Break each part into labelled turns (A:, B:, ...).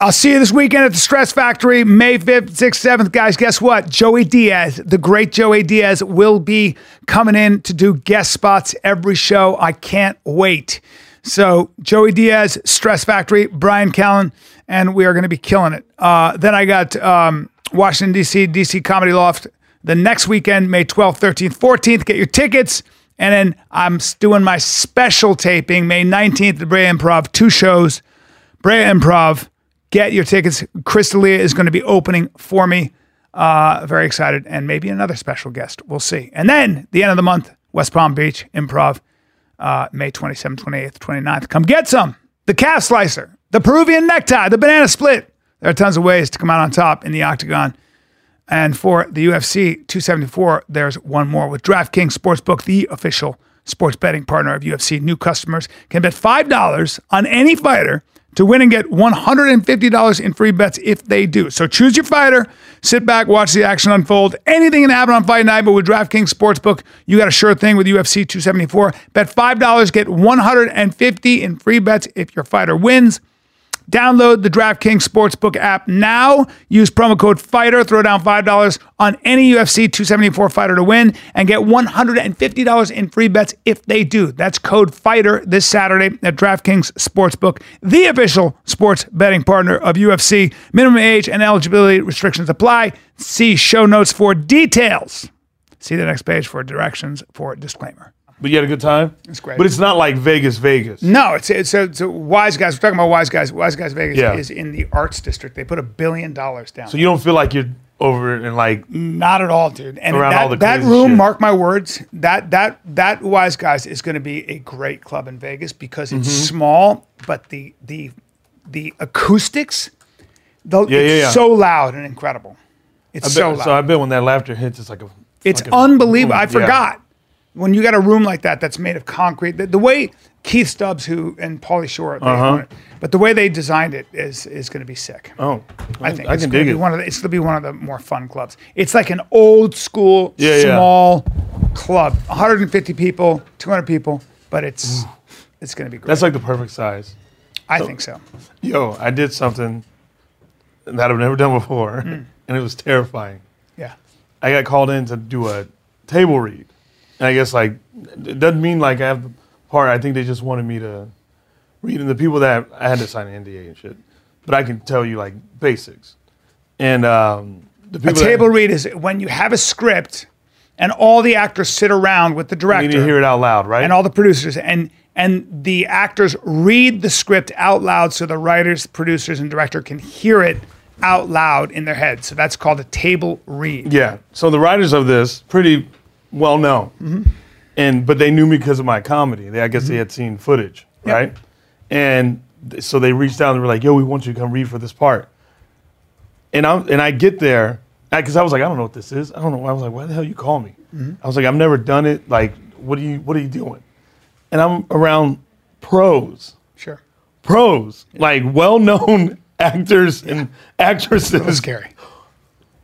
A: I'll see you this weekend at the Stress Factory, May 5th, 6th, 7th. Guys, guess what? Joey Diaz, the great Joey Diaz, will be coming in to do guest spots every show. I can't wait. So, Joey Diaz, Stress Factory, Brian Callen, and we are going to be killing it. Uh, then I got um, Washington, D.C., D.C. Comedy Loft the next weekend, May 12th, 13th, 14th. Get your tickets. And then I'm s- doing my special taping May 19th at the Brea Improv, two shows. Brea Improv. Get your tickets. Crystalia is going to be opening for me. Uh, very excited, and maybe another special guest. We'll see. And then the end of the month, West Palm Beach Improv, uh, May 27th, 28th, 29th. Come get some. The calf slicer, the Peruvian necktie, the banana split. There are tons of ways to come out on top in the octagon. And for the UFC 274, there's one more with DraftKings Sportsbook, the official sports betting partner of UFC. New customers can bet $5 on any fighter to win and get $150 in free bets if they do. So choose your fighter, sit back, watch the action unfold. Anything can happen on fight night, but with DraftKings Sportsbook, you got a sure thing with UFC 274. Bet $5, get 150 in free bets if your fighter wins. Download the DraftKings Sportsbook app now. Use promo code FIGHTER, throw down $5 on any UFC 274 fighter to win, and get $150 in free bets if they do. That's code FIGHTER this Saturday at DraftKings Sportsbook, the official sports betting partner of UFC. Minimum age and eligibility restrictions apply. See show notes for details. See the next page for directions for disclaimer.
B: But you had a good time. It's
A: great.
B: But it's not like Vegas, Vegas.
A: No, it's it's a, it's a wise guys. We're talking about wise guys. Wise guys Vegas
B: Yeah.
A: is in the arts district. They put a billion dollars down.
B: So you don't feel like you're over and like
A: Not at all, dude. And
B: Around
A: that,
B: all the
A: that
B: crazy
A: room,
B: shit.
A: mark my words, that that that wise guys is going to be a great club in Vegas because it's
B: Mm-hmm.
A: small, but the the the acoustics, the,
B: Yeah,
A: it's
B: yeah, yeah.
A: so loud and incredible. It's so
B: so,
A: loud.
B: I bet when that laughter hits, it's like a.
A: It's
B: fucking-
A: unbelievable. I
B: Yeah.
A: forgot when you got a room like that that's made of concrete. The, the way Keith Stubbs, who and Paulie Shore, they own it, but the way they designed it is is going to be sick.
B: Oh,
A: I think
B: Uh-huh. I
A: it's
B: can
A: gonna
B: dig
A: be
B: it.
A: One of the, it's going to be one of the more fun clubs. It's like an old school,
B: Yeah, yeah.
A: small club, 150 people, 200 people, but it's it's going to be great.
B: Mm. That's like the perfect size.
A: I think so.
B: Yo, I did something that I've never done before,
A: Hmm.
B: and it was terrifying.
A: Yeah,
B: I got called in to do a table read, and I guess like it doesn't mean like I have the part. I think they just wanted me to read, and the people that I had to sign an NDA and shit, but I can tell you like basics, and um, the
A: a
B: people that-
A: table read is when you have a script and all the actors sit around with the
B: you
A: director.
B: need to hear it out loud, right?
A: and all the producers and and the actors read the script out loud so the writers, producers, and director can hear it out loud in their head. So that's called a table read.
B: Yeah. So the writers of this pretty well known,
A: Mm-hmm.
B: and but they knew me because of my comedy. They, I guess they had seen footage, right? And th- so they reached out and were like, "Yo, we want you to come read for this part." And I and I get there because I was like, I don't know what this is. I don't know. why." I was like, why the hell you call me?
A: Mm-hmm.
B: I was like, I've never done it. Like, what are you what are you doing? And I'm around pros
A: Sure.
B: pros, like well known actors and actresses.
A: Scary.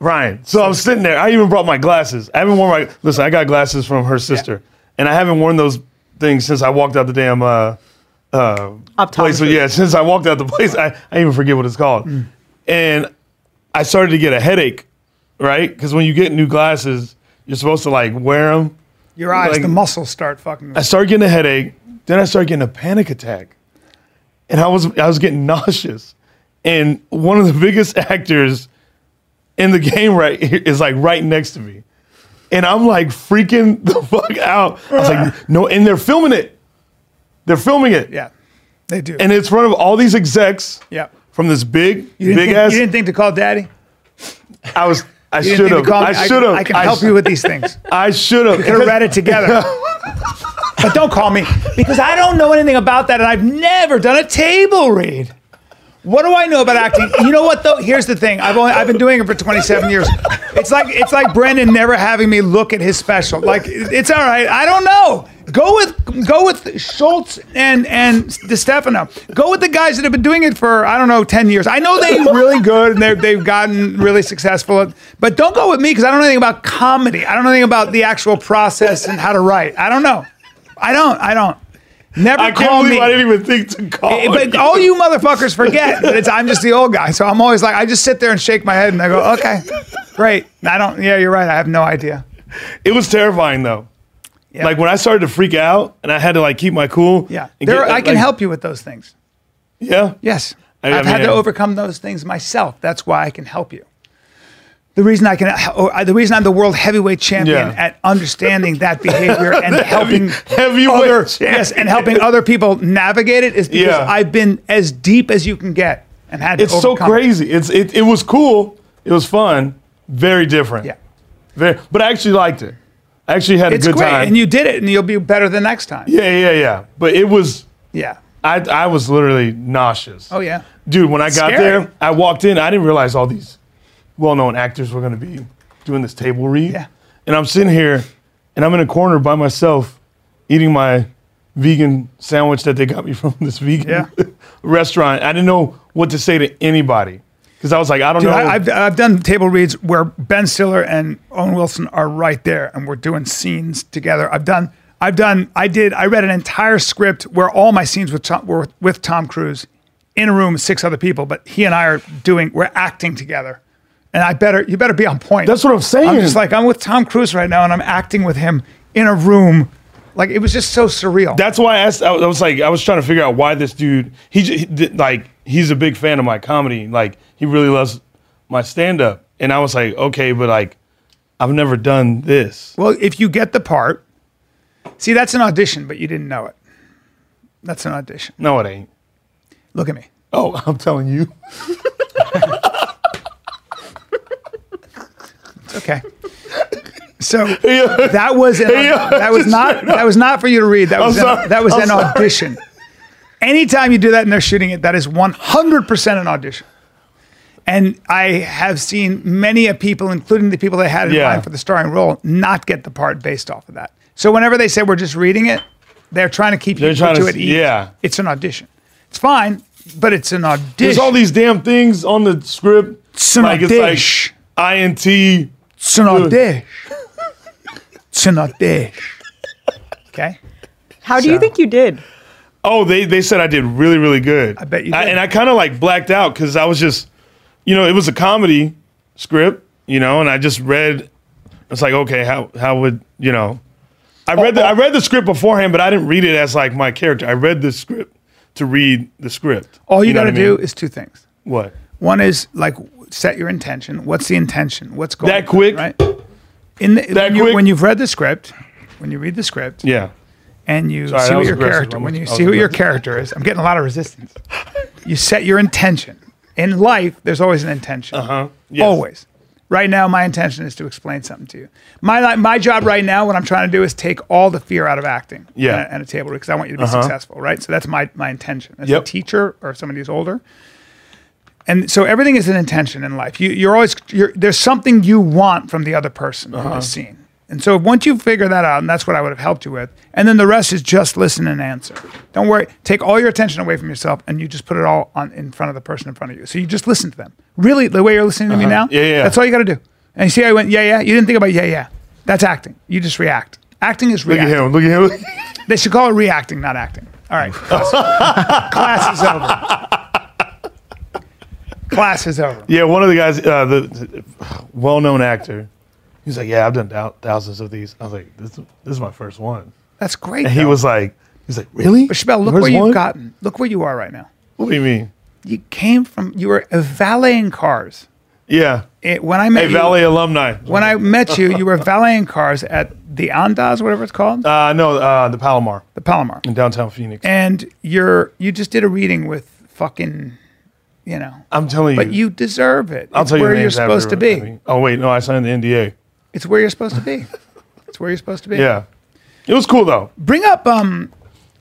B: Ryan. So I'm sitting there. I even brought my glasses. I haven't worn my listen, I got glasses from her sister. And I haven't worn those things since I walked out the damn uh uh place.
C: Optometrist.
B: Yeah, since I walked out the place, I, I even forget what it's called. And I started to get a headache, right? Because when you get new glasses, you're supposed to like wear them.
A: Your eyes,
B: Like-
A: the muscles start fucking.
B: I started getting a headache. Then I started getting a panic attack, and I was I was getting nauseous. And one of the biggest actors in the game right is like right next to me, and I'm like freaking the fuck out. I was like, no, and they're filming it. They're filming it,
A: yeah, they do.
B: and it's in front of all these execs
A: yeah.
B: from this big,
A: You
B: big
A: didn't, think,
B: ass.
A: you didn't think to call daddy?
B: I was. I
A: You didn't
B: should
A: think
B: have.
A: to call me?
B: I should have.
A: I can help you with these things.
B: I should have.
A: Could have read it together. but don't call me because I don't know anything about that and I've never done a table read. What do I know about acting? You know what though? Here's the thing. I've only I've been doing it for 27 years. It's like it's like Brendan never having me look at his special. Like it- it's all right. I don't know. Go with go with Schultz and and DeStefano. Go with the guys that have been doing it for I don't know 10 years. I know they're really good and they they've gotten really successful. But don't go with me because I don't know anything about comedy. I don't know anything about the actual process and how to write. I don't know. I don't. I don't. Never
B: I can't
A: call
B: believe
A: me.
B: I didn't even think to call.
A: Eh, But
B: you.
A: all you motherfuckers forget that it's I'm just the old guy. So I'm always like, I just sit there and shake my head and I go, okay, great. I don't, yeah, you're right. I have no idea.
B: It was terrifying though. Like when I started to freak out and I had to like keep my cool.
A: Yeah.
B: and
A: There,
B: get,
A: I can
B: like-
A: help you with those things.
B: Yeah.
A: Yes. I,
B: I-
A: have
B: I
A: had
B: mean-
A: to overcome those things myself. That's why I can help you. The reason I can, or uh, the reason I'm the world heavyweight champion
B: Yeah.
A: at understanding that behavior and helping
B: heavyweight
A: other,
B: champion.
A: yes, and helping other people navigate it is because
B: Yeah.
A: I've been as deep as you can get and had to
B: It's so
A: overcome it.
B: crazy. It's it, it was cool. It was fun. Very different.
A: Yeah.
B: Very, but I actually liked it. I actually had a
A: It's
B: good
A: great,
B: time.
A: and you did it, and you'll be better the next time. Yeah.
B: yeah, yeah, yeah. But it was I I was literally nauseous.
A: Oh yeah.
B: Dude, when I got
A: Scary.
B: there, I walked in, I didn't realize all these well known actors were gonna be doing this table read.
A: Yeah.
B: And I'm sitting here and I'm in a corner by myself eating my vegan sandwich that they got me from this vegan
A: Yeah.
B: restaurant. I didn't know what to say to anybody. Because I was like, I don't
A: Dude,
B: know.
A: I, I've I've done table reads where Ben Stiller and Owen Wilson are right there, and we're doing scenes together. I've done I've done I did I read an entire script where all my scenes with Tom, were with Tom Cruise in a room with six other people, but he and I are doing we're acting together, and I better you better be on point.
B: That's what I'm saying.
A: I'm just like I'm with Tom Cruise right now, and I'm acting with him in a room. Like it was just so surreal.
B: that's why I asked. I was, I was like, I was trying to figure out why this dude. He, j- he did, like he's a big fan of my comedy. Like he really loves my stand up. And I was like, okay, but like I've never done this.
A: Well, if you get the part, see, that's an audition, but you didn't know it. That's an audition.
B: No, it ain't.
A: Look at me.
B: Oh, I'm telling you.
A: It's okay. So
B: Yeah.
A: that was an,
B: Yeah,
A: that was not that was not for you to read. That was
B: sorry.
A: an, that was
B: I'm
A: an
B: sorry.
A: audition. Anytime you do that and they're shooting it, that is 100% an audition. And I have seen many of people, including the people they had in
B: Yeah.
A: mind for the starring role, not get the part based off of that. So whenever they say we're just reading it, they're trying to keep
B: They're
A: you
B: trying
A: to
B: to
A: it.
B: s- yeah.
A: it's an audition. It's fine, but it's an audition.
B: There's all these damn things on the script.
A: It's an
B: it's
A: audition.
B: like INT.
A: It's an audition. It's an audition. Okay.
C: How do you
A: So-
C: think you did?
B: Oh, they they said I did really really good. I
A: bet you did.
B: and I kind of like blacked out because I was just, you know, it was a comedy script, you know, and I just read. It's like okay, how how would you know? I read the I read the script beforehand, but I didn't read it as like my character. I read the script to read the script.
A: All you,
B: know
A: got to
B: what I
A: do
B: mean?
A: is two things.
B: what
A: One is like set your intention. What's the intention? What's going
B: That
A: on,
B: quick?
A: right? In the,
B: That
A: when, you,
B: quick?
A: when you've read the script, when you read the script,
B: yeah.
A: and you
B: Sorry,
A: see
B: that
A: what
B: was
A: your
B: aggressive.
A: character
B: I'm-
A: when you
B: I was
A: see what your character is. I'm getting a lot of resistance. you set your intention. In life, there's always an intention. Uh-huh.
B: Yes.
A: Always. Right now, my intention is to explain something to you. My li- my job right now, what I'm trying to do is take all the fear out of acting.
B: Yeah. Uh-huh.
A: And a, and a table because I want you to be successful, right? So that's my my intention as a
B: Yep.
A: teacher or somebody who's older. And so everything is an intention in life. You, you're always you're, there's something you want from the other person in
B: Uh-huh.
A: the scene. And so once you figure that out, and that's what I would have helped you with. And then the rest is just listen and answer. Don't worry. Take all your attention away from yourself, and you just put it all on in front of the person in front of you. So you just listen to them. Really, the way you're listening to me now.
B: Uh-huh. Yeah, yeah.
A: That's all you got to do. And you see, how I went yeah, yeah. You didn't think about yeah, yeah. That's acting. You just react. Acting is
B: Look
A: reacting.
B: at him. Look at him.
A: They should call it reacting, not acting. All right. Class, class is over. Class is over.
B: Yeah, one of the guys, uh, the, the well-known actor, he's like, "Yeah, I've done thou- thousands of these." I was like, "This, this is my first one."
A: That's great.
B: And he
A: though.
B: was like, "He's like, really?"
A: But Shabelle, look
B: First
A: where you've
B: one?
A: gotten. Look where you are right now.
B: What do you mean?
A: You came from. You were valeting cars.
B: Yeah,
A: It- when I met
B: hey,
A: you,
B: Valley alumni.
A: when I met you, you were valeting cars at the Andaz, whatever it's called,
B: uh, no, uh, the Palomar
A: the Palomar,
B: in downtown Phoenix.
A: and you're you just did a reading with fucking, you know.
B: I'm telling you,
A: But you deserve it.
B: I'll
A: it's
B: tell you
A: where
B: the
A: you're
B: names
A: supposed to
B: after-
A: be.
B: Oh wait, no, I signed the NDA.
A: It's where you're supposed to be. It's where you're supposed to be.
B: Yeah, it was cool though.
A: Bring up. Um,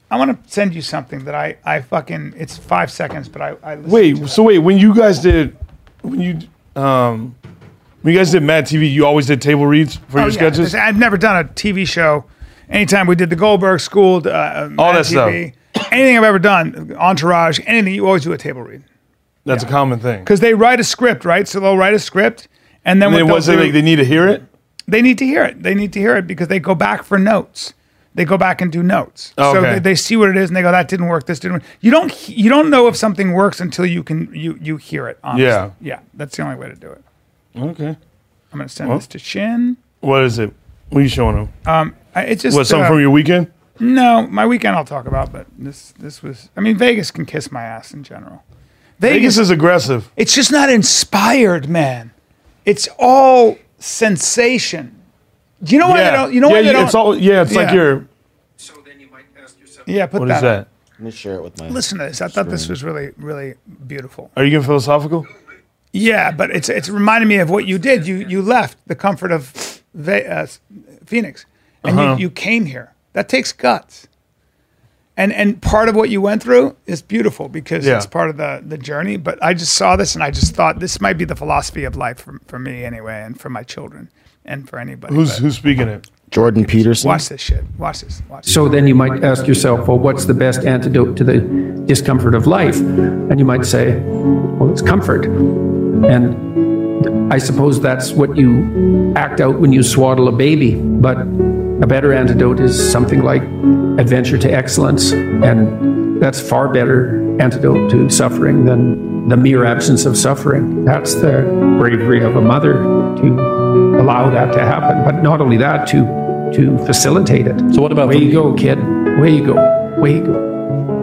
A: I want to send you something that I I fucking. It's five seconds, but I I listened to
B: Wait,
A: it.
B: so wait, when you guys did, when you, um, when you guys did Mad TV, you always did table reads for
A: Oh,
B: your
A: yeah.
B: sketches.
A: This- I've never done a TV show. Anytime we did the Goldberg School, uh,
B: All
A: Mad
B: that stuff.
A: TV, anything I've ever done, Entourage, anything, you always do a table read
B: That's a common thing.
A: because they write a script, right? So they'll write a script, and then
B: And
A: what
B: it
A: they'll
B: wasn't
A: do-
B: like they need to hear it.
A: they need to hear it. They need to hear it because they go back for notes. they go back and do notes. So
B: Oh, Okay.
A: they, they see what it is and they go, that didn't work. This didn't work. You don't he- you don't know if something works until you can you you hear it. Honestly.
B: Yeah.
A: yeah, that's the only way to do it.
B: Okay.
A: I'm gonna send this to Shin.
B: What is it? What are you showing them?
A: I- It's just
B: what, something
A: uh,
B: from your weekend?
A: No, my weekend I'll talk about, but this this was. I mean, Vegas can kiss my ass in general.
B: Vegas is aggressive.
A: It's just not inspired, man. It's all sensation. Do you know why
B: yeah.
A: they don't? You know
B: yeah,
A: why they
B: you-
A: don't?
B: It's all, yeah, it's like
A: Yeah.
B: you're.
C: So then you might ask yourself,
A: yeah, put
B: What
A: that.
B: is that?
D: Let me share it with my.
A: Listen to this. I thought this was really, really beautiful.
B: Are you getting philosophical?
A: Yeah, but it's it's reminding me of what you did. You you left the comfort of Ve- uh, Phoenix, and
B: Uh-huh.
A: you, you came here. That takes guts. And and part of what you went through is beautiful because
B: Yeah.
A: it's part of the the journey. But I just saw this and I just thought this might be the philosophy of life for, for me anyway, and for my children, and for anybody.
B: Who's
A: But
B: who's speaking it?
D: Jordan Peterson.
A: watch this shit. Watch this. Watch. this.
E: So then you might ask yourself, well, what's the best antidote to the discomfort of life? And you might say, well, it's comfort. And I suppose that's what you act out when you swaddle a baby. But a better antidote is something like adventure to excellence. And that's far better antidote to suffering than the mere absence of suffering. That's the bravery of a mother to allow that to happen. But not only that, to to facilitate it.
F: So what about
E: Where
F: from-
E: you go, kid? Where you go? Where you go?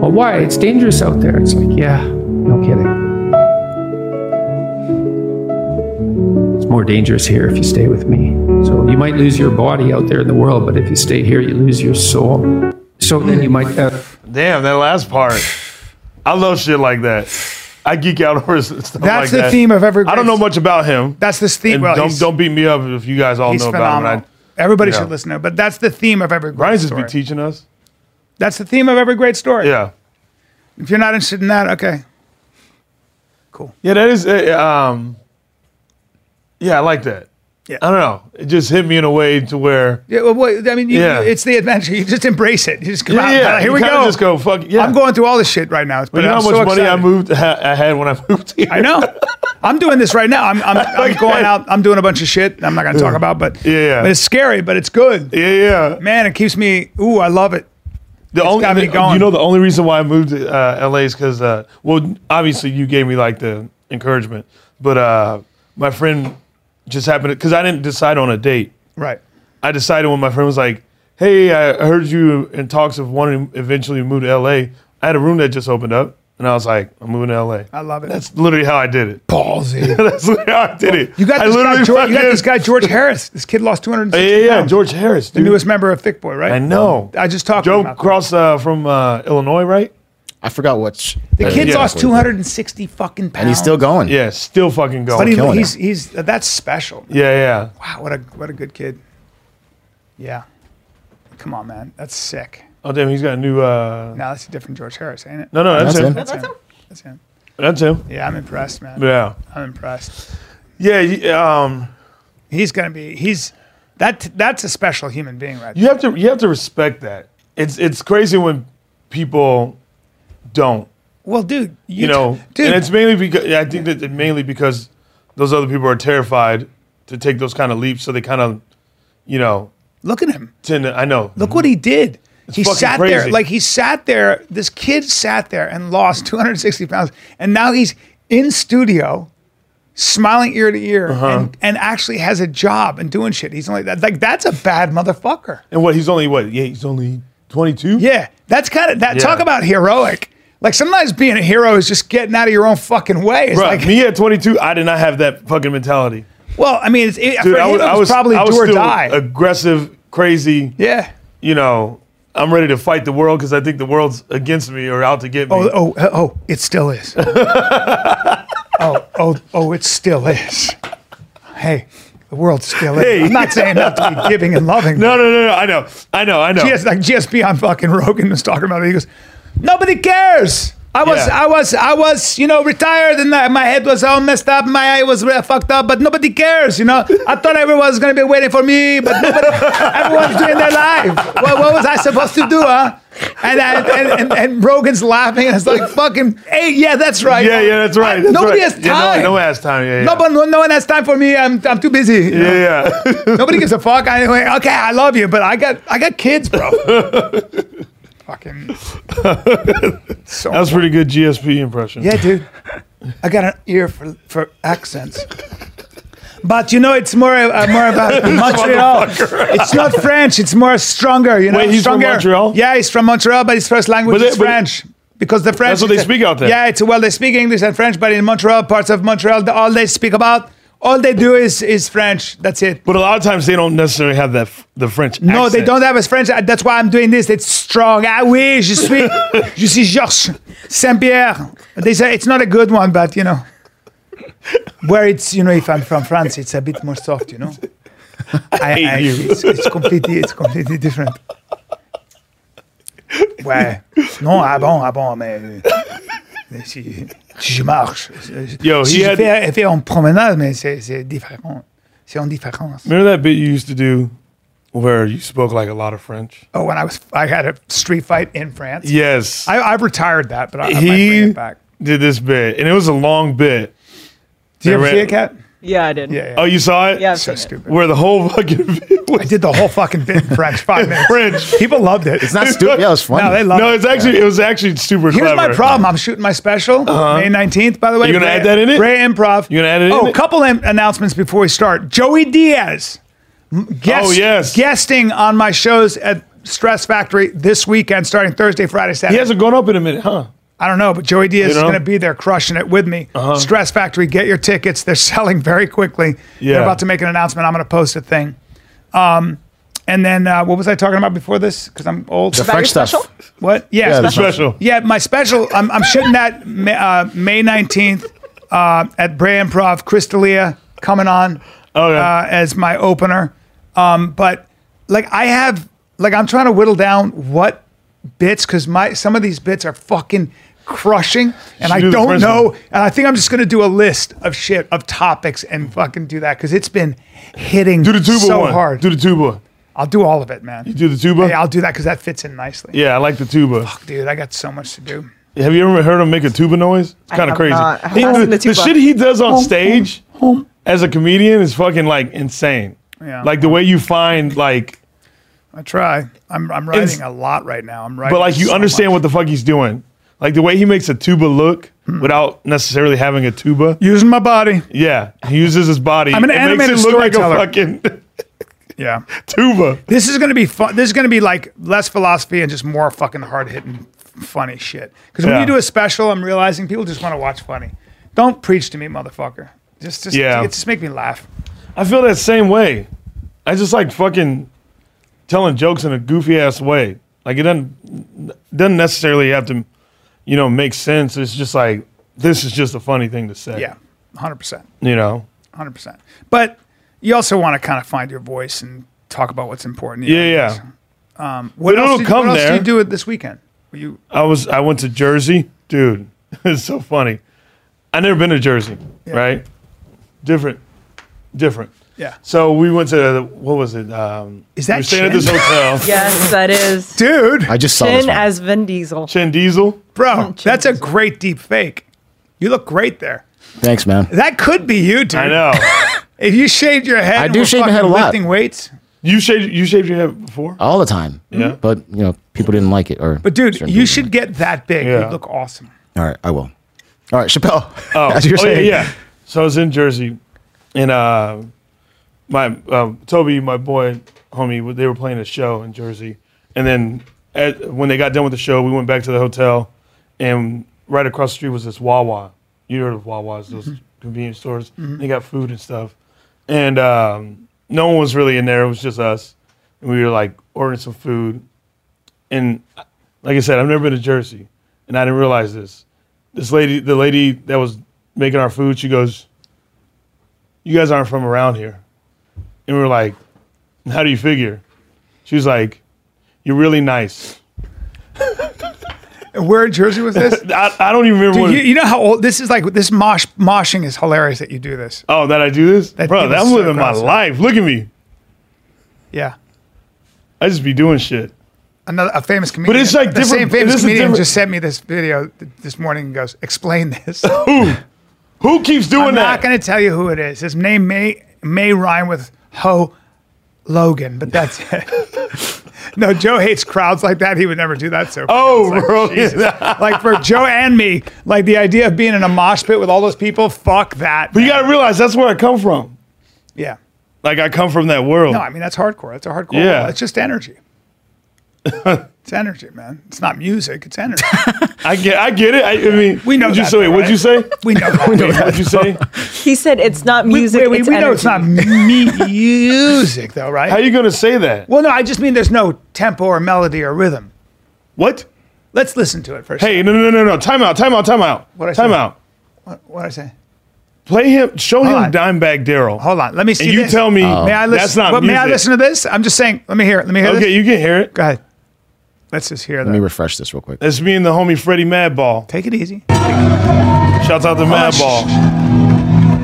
E: Well, why? It's dangerous out there. It's like, yeah, no kidding. It's more dangerous here if you stay with me. So you might lose your body out there in the world, but if you stay here, you lose your soul. So then you might. Uh,
B: Damn, that last part. I love shit like that. I geek out over s- stuff like
A: That's
B: that.
A: the theme of every.
B: I don't know much about him.
A: That's this theme.
B: And
A: Well,
B: don't
A: he's-
B: don't beat me up if you guys all
A: He's
B: know about him.
A: phenomenal.
B: and I-
A: Everybody
B: yeah.
A: should listen to him. But that's the theme of every great
B: Brian's just
A: story.
B: be teaching us.
A: that's the theme of every great story.
B: Yeah.
A: If you're not interested in that, okay. Cool.
B: Yeah, that is. uh, Um, yeah, I like that.
A: Yeah.
B: I don't know. It just hit me in a way to where.
A: Yeah, well, well, I mean, you,
B: Yeah.
A: you- it's the adventure. You just embrace it. You just come
B: Yeah,
A: out.
B: yeah,
A: Here
B: you
A: we
B: kinda
A: go.
B: Just go fuck. Yeah.
A: I'm going through all this shit right now. But
B: You know
A: I'm
B: how much
A: so
B: money I
A: excited.
B: moved? ha- I had when I moved here.
A: I know. I'm doing this right now. I'm, I'm, I'm
B: Okay.
A: going out. I'm doing a bunch of shit. I'm not going to talk about, but
B: Yeah, yeah.
A: but it's scary, but it's good.
B: Yeah, yeah.
A: Man, it keeps me. Ooh, I love it.
B: The only
A: got me
B: the-
A: going.
B: you know the only reason why I moved to uh, LA is because uh, well obviously you gave me like the encouragement, but uh, my friend just happened because I didn't decide on a date.
A: Right.
B: I decided when my friend was like, "Hey, I heard you in talks of wanting to eventually move to LA." I had a room that just opened up, and I was like, "I'm moving to LA."
A: I love it.
B: That's literally how I did it.
A: ballsy.
B: That's literally how I did it.
A: You got,
B: I
A: this guy,
B: literally
A: George, you got
B: fucking-
A: this guy, George Harris. This kid lost
B: Yeah,
A: 260
B: yeah, yeah,
A: pounds.
B: George Harris, dude.
A: The newest member of Thick Boy, right?
B: I know.
A: I just talked
B: Joe
A: about that.
B: Cross uh, from uh, Illinois, right?
D: I forgot which.
A: The kid
B: Yeah.
A: lost 260 fucking pounds.
D: And he's still going.
B: Yeah, still fucking going.
A: But he,
D: Killing
A: he's, he's, uh, that's special.
B: yeah, yeah.
A: Wow, what a what a good kid. Yeah. Come on, man. That's sick.
B: Oh damn, he's got a new. Uh,
A: Now that's a different George Harris, ain't it?
B: no, no, that's,
D: That's
B: him.
D: him.
A: that's, him. That's him.
B: That's him.
A: Yeah, I'm impressed, man.
B: Yeah,
A: I'm impressed.
B: yeah. you- Um,
A: He's gonna be he's that that's a special human being right there.
B: you have to you have to respect that. It's it's crazy when people don't,
A: Well, dude, you,
B: you know,
A: dude,
B: and it's mainly because I think that it mainly because those other people are terrified to take those kind of leaps, so they kind of, you know,
A: look at him.
B: tend to. I know.
A: Look what he did. he
B: fucking
A: sat there,
B: crazy.
A: like he sat there. This kid sat there and lost 260 pounds, and now he's in studio, smiling ear to ear,
B: Uh-huh.
A: and, and actually has a job and doing shit. He's only that like that's a bad motherfucker.
B: And what he's only what? Yeah, he's only twenty two.
A: Yeah, that's kind of that.
B: Yeah.
A: Talk about heroic. Like sometimes being a hero is just getting out of your own fucking way. It's
B: Bruh,
A: like,
B: me at 22, I did not have that fucking mentality.
A: well, I mean, it's, it,
B: Dude,
A: for
B: I,
A: him,
B: was,
A: it was,
B: I was
A: probably
B: I was
A: do or
B: still
A: die.
B: aggressive, crazy.
A: yeah.
B: You know, I'm ready to fight the world because I think the world's against me or out to get me.
A: Oh, oh, oh, oh, it still is. oh, oh, oh, it still is. Hey, the world still is.
B: Hey.
A: I'm not saying not to be giving and loving.
B: No, no, no, no. I know, I know, I know.
A: Yes, like GSP on fucking Rogan was talking about it. He goes, nobody cares. I was,
B: Yeah.
A: I was, I was, you know, retired, and I- my head was all messed up, my eye was re- fucked up, but nobody cares, you know. I thought everyone was gonna be waiting for me, but nobody, everyone's doing their life. What, what was I supposed to do, huh? And, and, and, and, and Rogan's laughing, and it's like, fucking, hey, yeah, that's right.
B: Yeah, yeah, that's right. that's
A: Nobody
B: right.
A: has
B: Yeah, no-
A: time.
B: no, has time. Yeah, yeah.
A: No, but no, no one has time for me. I'm, I'm too busy. you know?
B: yeah, yeah.
A: Nobody gives a fuck. I anyway, okay, I love you, but I got I got kids, bro. Fucking so
B: That's pretty good GSP impression.
A: yeah, dude. I got an ear for for accents. But you know, it's more uh, more about Montreal. It's not French. It's more stronger. You know,
B: Wait, he's from
A: stronger.
B: Montreal?
A: Yeah, he's from Montreal, but his first language
B: But they-
A: is
B: but-
A: French. Because the French,
B: That's what they
A: it's a-
B: speak out there.
A: Yeah, it's well, they speak English and French, but in Montreal, parts of Montreal, the- all they speak about, all they do is is French. That's it.
B: But a lot of times they don't necessarily have that f- the French.
A: No, they don't have a French. uh, That's why I'm doing this. It's strong. Ah oui, je suis, je suis Georges Saint Pierre. They say it's not a good one, but you know, where it's you know, if I'm from France, it's a bit more soft. You know, I,
B: hate you.
A: It's, it's completely, it's completely different. Ouais. Non, ah bon, ah bon, mais mais si, si je marche,
B: Yo,
A: si
B: he
A: je
B: had-
A: fais, fais en promenade, mais c'est c'est différent. C'est en différence.
B: Remember that bit you used to do where you spoke like a lot of French?
A: Oh, when I was, I had a street fight in France.
B: Yes.
A: I, I've retired that, but I, I might bring
B: he
A: it back.
B: did this bit, and it was a long bit.
A: Do you
B: they
A: ever see
B: ran-
A: it, Kat?
F: Yeah, I did.
A: Yeah, yeah.
B: Oh, you saw it?
F: yeah I've
A: so
F: seen it.
A: stupid.
B: Where the whole fucking bit
A: I
B: was
A: did the whole fucking bit in French, five minutes.
B: French.
A: People loved it. It's
D: That's stupid. Yeah, it was funny.
A: No, they love
B: No,
A: it.
B: it's actually it was actually super
A: Here's
B: clever. Uh-huh.
A: my problem. I'm shooting my special May 19th, by the way.
B: You gonna
A: Bray-
B: add that in it?
A: Bray Improv.
B: You gonna add it in
A: Oh, a
B: it?
A: couple an- announcements before we start. Joey Diaz, m- guest,
B: Oh, yes.
A: guesting on my shows at Stress Factory this weekend, starting Thursday, Friday, Saturday.
B: He hasn't gone up in a minute, huh?
A: I don't know, but Joey Diaz
B: You
A: is
B: know?
A: going to be there crushing it with me. Stress Factory, get your tickets. They're selling very quickly. They're
B: Yeah.
A: about to make an announcement. I'm going to post a thing. Um, and then uh, what was I talking about before this? Because I'm old.
D: The
F: your
D: French stuff.
F: special?
A: what? Yeah,
D: Yeah,
A: special.
D: the
B: Special.
A: Yeah, my special. I'm, I'm shooting that May, uh, May 19th uh, at Bray Improv. Crystalia coming on
B: Okay.
A: uh, as my opener. Um, but like I have, like I'm trying to whittle down what bits because my some of these bits are fucking crushing, and I
B: do the
A: don't
B: first
A: know.
B: one.
A: And I think I'm just gonna do a list of shit of topics and fucking do that because it's been hitting
B: Do the tuba
A: so
B: one.
A: hard.
B: Do the tuba.
A: I'll do all of it, man.
B: Do the tuba.
A: Hey, I'll do that because that fits in nicely.
B: yeah, I like the tuba.
A: Dude, I got so much to do.
B: Have you ever heard him make a tuba noise? It's kind of
F: have
B: crazy.
F: not. I have
B: He-
F: not
B: the,
F: seen the
B: the
F: tuba.
B: shit he does on stage as a comedian is fucking like insane.
A: Yeah.
B: Like the way you find like,
A: I try. I'm, I'm writing
B: It's-
A: a lot right now. I'm writing.
B: but like you
A: so
B: understand
A: much. Hmm.
B: what the fuck he's doing. Like the way he makes a tuba look without necessarily having a tuba.
A: using my body.
B: Yeah, he uses his body.
A: I'm an
B: it makes
A: animated
B: it look like
A: storyteller.
B: a fucking
A: Yeah.
B: tuba.
A: This is going to be fun. This is going to be like less philosophy and just more fucking hard hitting, funny shit. Because when
B: Yeah.
A: you do a special, I'm realizing people just want to watch funny. Don't preach to me, motherfucker. Just, just,
B: Yeah.
A: it just make me laugh.
B: I feel that same way. I just like fucking telling jokes in a goofy ass way. Like it doesn't doesn't necessarily have to, you know, make sense. It's just like this is just a funny thing to say.
A: Yeah, hundred percent,
B: You know.
A: hundred percent. But you also want to kind of find your voice and talk about what's important. Um,
B: Yeah, yeah.
A: What
B: But
A: else?
B: it'll
A: Did,
B: come
A: what else
B: there.
A: did you do it this weekend? Were you?
B: I was I went to Jersey, dude. It's so funny. I never been to Jersey, right? Different, different.
A: Yeah.
B: So we went to what was it? Um,
A: Is that
B: we were staying at this
A: Chin?
B: hotel?
F: Yes, that is.
A: Dude,
D: I just saw this
F: Chin
D: one.
F: as Vin Diesel.
B: Chin Diesel.
A: bro, that's a great deep fake. You look great there.
D: Thanks, man.
A: That could be you, dude.
B: I know.
A: If you shaved your head,
D: I
A: and
D: do
A: were
D: shave my
A: fucking
D: head a lot.
A: Lifting weights,
B: you shaved you shaved your head before?
D: All the time.
B: Yeah.
D: But you know, people didn't like it. Or
A: but dude,
D: certain
A: you
D: people.
A: should get that big.
B: Yeah.
A: You look awesome.
D: All right, I will. All right, Chappelle.
B: Oh,
D: as you were
B: oh,
D: saying,
B: yeah, yeah. So I was in Jersey, and uh, my uh, Toby, my boy, homie, they were playing a show in Jersey, and then at, when they got done with the show, we went back to the hotel, and right across the street was this Wawa. You heard of Wawas? Those convenience stores. They got food and stuff, and um, no one was really in there. It was just us, and we were like ordering some food, and like I said, I've never been to Jersey, and I didn't realize this. This lady, the lady that was making our food, she goes, "You guys aren't from around here," and we were like, "How do you figure?" She was like, "You're really nice."
A: Where in Jersey was this?
B: I, I don't even remember.
A: Dude,
B: what,
A: you, you know how old this is like this mosh moshing is hilarious that you do this.
B: oh, that I do this,
A: That
B: bro.
A: thing is
B: I'm
A: so
B: living my
A: gross.
B: life. Look at me.
A: Yeah.
B: I just be doing shit.
A: another a famous comedian.
B: it's like
A: the same
B: different- it
A: famous
B: is a
A: comedian
B: different-
A: just sent me this video th- this morning and goes, "Explain this." I'm
B: Who? Who keeps doing
A: not
B: that?
A: going to tell you who it is. His name may may rhyme with Ho Logan, but that's it. no, Joe hates crowds like that. He would never do that. So
B: oh,
A: It's like,
B: bro.
A: Jesus. like for Joe and me, like the idea of being in a mosh pit with all those people, fuck that.
B: but you got to realize that's where I come from.
A: yeah.
B: Like I come from that world.
A: No, I mean that's hardcore. That's a hardcore.
B: Yeah.
A: level. it's just energy. it's energy, man. It's not music. It's energy.
B: I get, I get it. I, I mean,
A: We know
B: What'd you
A: that,
B: say?
A: though,
B: What'd you say?
A: we know. That. we know.
B: What'd you say?
F: He said it's not music.
A: we,
F: it's
A: we
F: energy.
A: know it's not mu- music, though, right?
B: How you gonna say that?
A: well, no, I just mean there's no tempo or melody or rhythm.
B: What?
A: Let's listen to it first.
B: Hey, no, no, no, no, no. Time out. Time out. Time out.
A: What'd I
B: time
A: say?
B: out.
A: what what I say?
B: Play him. Show him
A: on.
B: Dimebag Daryl.
A: Hold on. Let me see.
B: And you
A: this.
B: tell me
A: May I listen?
B: that's not
A: but
B: music.
A: May I listen to this? I'm just saying. Let me hear. it. Let me hear.
B: Okay,
A: This.
B: you can hear it.
A: Go ahead. Let's just hear
D: Let me
A: that.
D: refresh this real quick.
B: That's me and the homie Freddie Madball.
A: Take it easy.
B: Shouts out to
A: Oh,
B: Madball.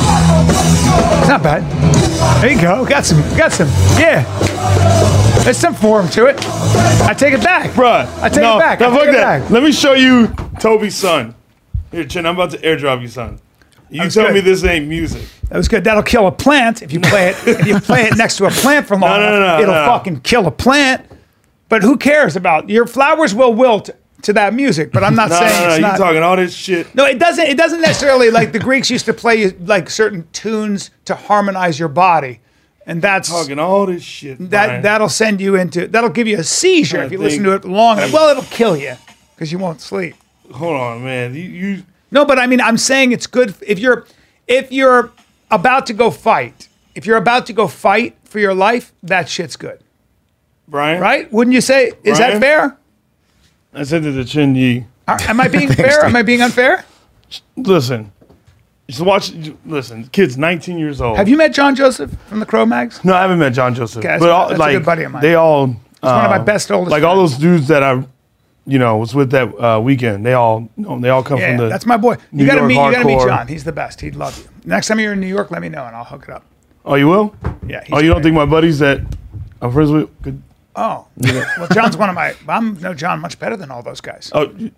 A: It's not bad. There you go. Got some. Got some. Yeah. There's some form to it. I take it back.
B: Bruh.
A: I take it
B: no,
A: back, I
B: No, fuck
A: take it
B: that.
A: back.
B: Let me show you Toby's son. Here, Chin, I'm about to airdrop you, son. You
A: That's
B: tell
A: good.
B: me this ain't music.
A: That was good. That'll kill a plant if you play it. if you play it next to a plant for long
B: No, no,
A: enough,
B: no,
A: it'll
B: no.
A: fucking kill a plant. But who cares about your flowers will wilt to that music? But I'm not
B: No,
A: saying
B: no, no.
A: it's
B: You
A: not.
B: talking all this shit.
A: No, it doesn't. It doesn't necessarily like the Greeks used to play like certain tunes to harmonize your body, and that's
B: Talking all this shit.
A: that
B: Brian.
A: that'll send you into that'll give you a seizure
B: I
A: if you
B: think-
A: listen to it long enough. Well, it'll kill you because you won't sleep.
B: Hold on, man. You, you
A: No, but I mean, I'm saying it's good if you're if you're about to go fight. If you're about to go fight for your life, that shit's good,
B: Brian.
A: right? Wouldn't you say? Is that
B: Right.
A: fair?
B: I said to the Chin Yi.
A: Are- Am I being fair? Am I being unfair?
B: Listen. Just watch. Listen, kid's 19 years old.
A: Have you met John Joseph from the Crow Mags?
B: No, I haven't met John Joseph.
A: that's-
B: but all,
A: that's a
B: like,
A: good buddy of mine.
B: They all. He's
A: one of my best, oldest
B: Like all those dudes that I, you know, was with that uh, weekend. They all, no, they all come
A: Yeah,
B: from the.
A: that's my boy. You
B: New
A: gotta
B: York
A: meet. You gotta meet
B: hardcore.
A: John. He's the best. He'd love you. Next time you're in New York, let me know and I'll hook it up.
B: Oh, you will?
A: Yeah. he's
B: Oh, you don't
A: great.
B: think my buddies that I'm friends with could?
A: Oh, well, John's one of my. I'm no John much better than all those guys.
B: Oh, you-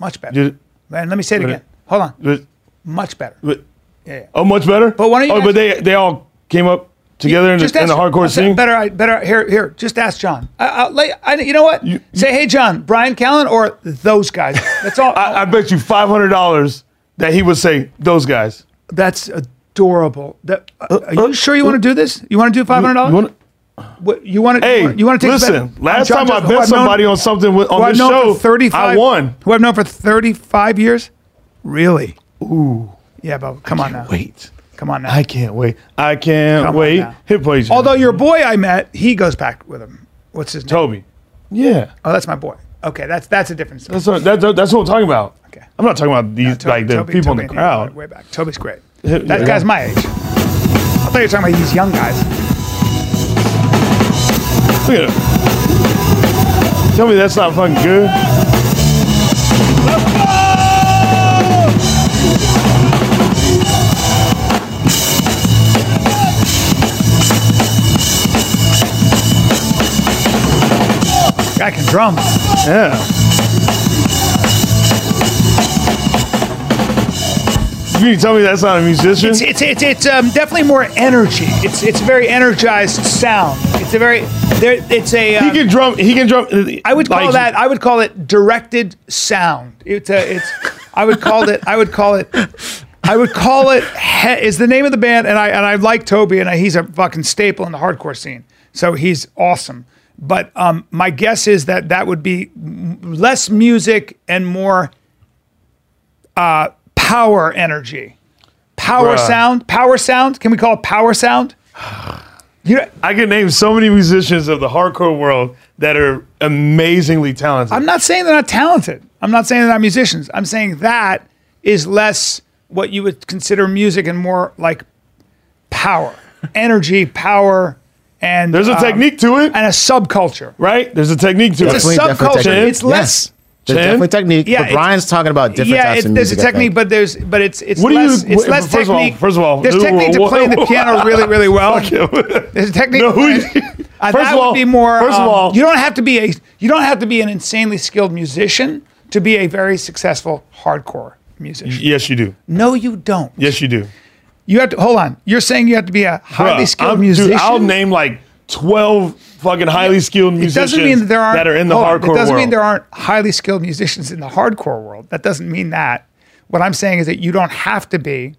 A: Much better.
B: you-
A: Man, let me say it again. Hold on.
B: but,
A: Much better.
B: but,
A: Yeah.
B: oh, much better. But
A: why don't you
B: Oh,
A: ask-
B: but they they all came up together in the, in the
A: ask-
B: hardcore
A: okay,
B: scene.
A: Better, I- better. Here, here. Just ask John. I, I, like, I, you know what?
B: You-
A: Say, hey, John, Brian Callen, or those guys. That's all.
B: I, I bet you five hundred dollars that he would say those guys.
A: That's adorable. That, uh, are you sure you want to do this? You want to do five hundred
B: Uh, You wanna-
A: dollars? You want to?
B: hey,
A: you want to take? a bet?
B: listen. Last
A: John
B: time
A: Joseph,
B: I
A: who
B: bet
A: I've known-
B: somebody on something with,
A: who
B: on
A: I've
B: this
A: known
B: show,
A: for thirty-five.
B: I won.
A: Who I've known for thirty-five years. Really? Ooh. Yeah, but come on now.
B: Wait,
A: Come on now.
B: I can't wait. I can't
A: Come on
B: wait.
A: now.
B: Hit plays. you.
A: Although your boy I met, he goes back with him. What's his name?
B: Toby, yeah,
A: Oh, that's my boy. Okay, that's that's a different story.
B: that's what, that, that- that's what I'm talking about.
A: Okay.
B: I'm not talking about these
A: Toby-
B: like the
A: Toby-
B: people
A: Toby
B: in
A: and
B: the
A: Ian
B: crowd.
A: went Way back. Toby's great.
B: Yeah,
A: That guy's
B: yeah.
A: my age. I thought you were talking about these young guys.
B: Look at him. Tell me that's not fucking good.
A: Guy can drum.
B: Yeah. You mean to tell me that's not a musician?
A: It's it's it's, it's um, definitely more energy. It's it's a very energized sound. It's a very there. It's a.
B: he
A: Um,
B: can drum. He can drum.
A: I would call
B: like-
A: that. I would call it directed sound. It's a. It's. I would call it. I would call it. I would call it. He, is the name of the band, and I and I like Toby, and I, he's a fucking staple in the hardcore scene. So he's awesome. But um, my guess is that that would be m- less music and more uh, power energy, power
B: Bruh.
A: sound, power sound. Can we call it power sound? You know,
B: I can name so many musicians of the hardcore world that are amazingly talented.
A: I'm not saying they're not talented. I'm not saying they're not musicians. I'm saying that is less what you would consider music and more like power, energy, power, and
B: There's a
A: um,
B: technique to it,
A: and a subculture.
B: right? There's a technique to
A: It's a
B: it.
D: Definitely different
A: subculture.
D: technique.
A: It's less.
D: Yes. There's
B: Ten?
D: definitely technique.
A: Yeah,
D: but
A: it's-
D: Brian's talking about different
A: yeah,
D: types
A: it,
D: of
A: there's a
D: music. I
A: technique,
D: think.
A: but there's but it's it's
B: What do you-
A: less it's
B: what-
A: less
B: first of all-
A: technique.
B: first of all,
A: there's
B: whoa,
A: technique to
B: whoa,
A: playing the
B: whoa.
A: piano really really well. There's a technique.
B: No,
A: to play-
B: you-
A: Uh,
B: first
A: that
B: of all-
A: would be more.
B: first of
A: um,
B: all-
A: you don't have to be a you don't have to be an insanely skilled musician to be a very successful hardcore musician.
B: yes, you do.
A: No, you don't.
B: Yes, you do.
A: You have to hold on. You're saying you have to be a highly
B: Bruh,
A: skilled
B: I'm-
A: musician.
B: Dude, I'll name like 12 fucking highly skilled
A: it
B: musicians
A: doesn't mean that there aren't
B: are in the
A: hold on,
B: hardcore
A: It doesn't
B: world.
A: mean there aren't highly skilled musicians in the hardcore world. That doesn't mean that. What I'm saying is that you don't have to be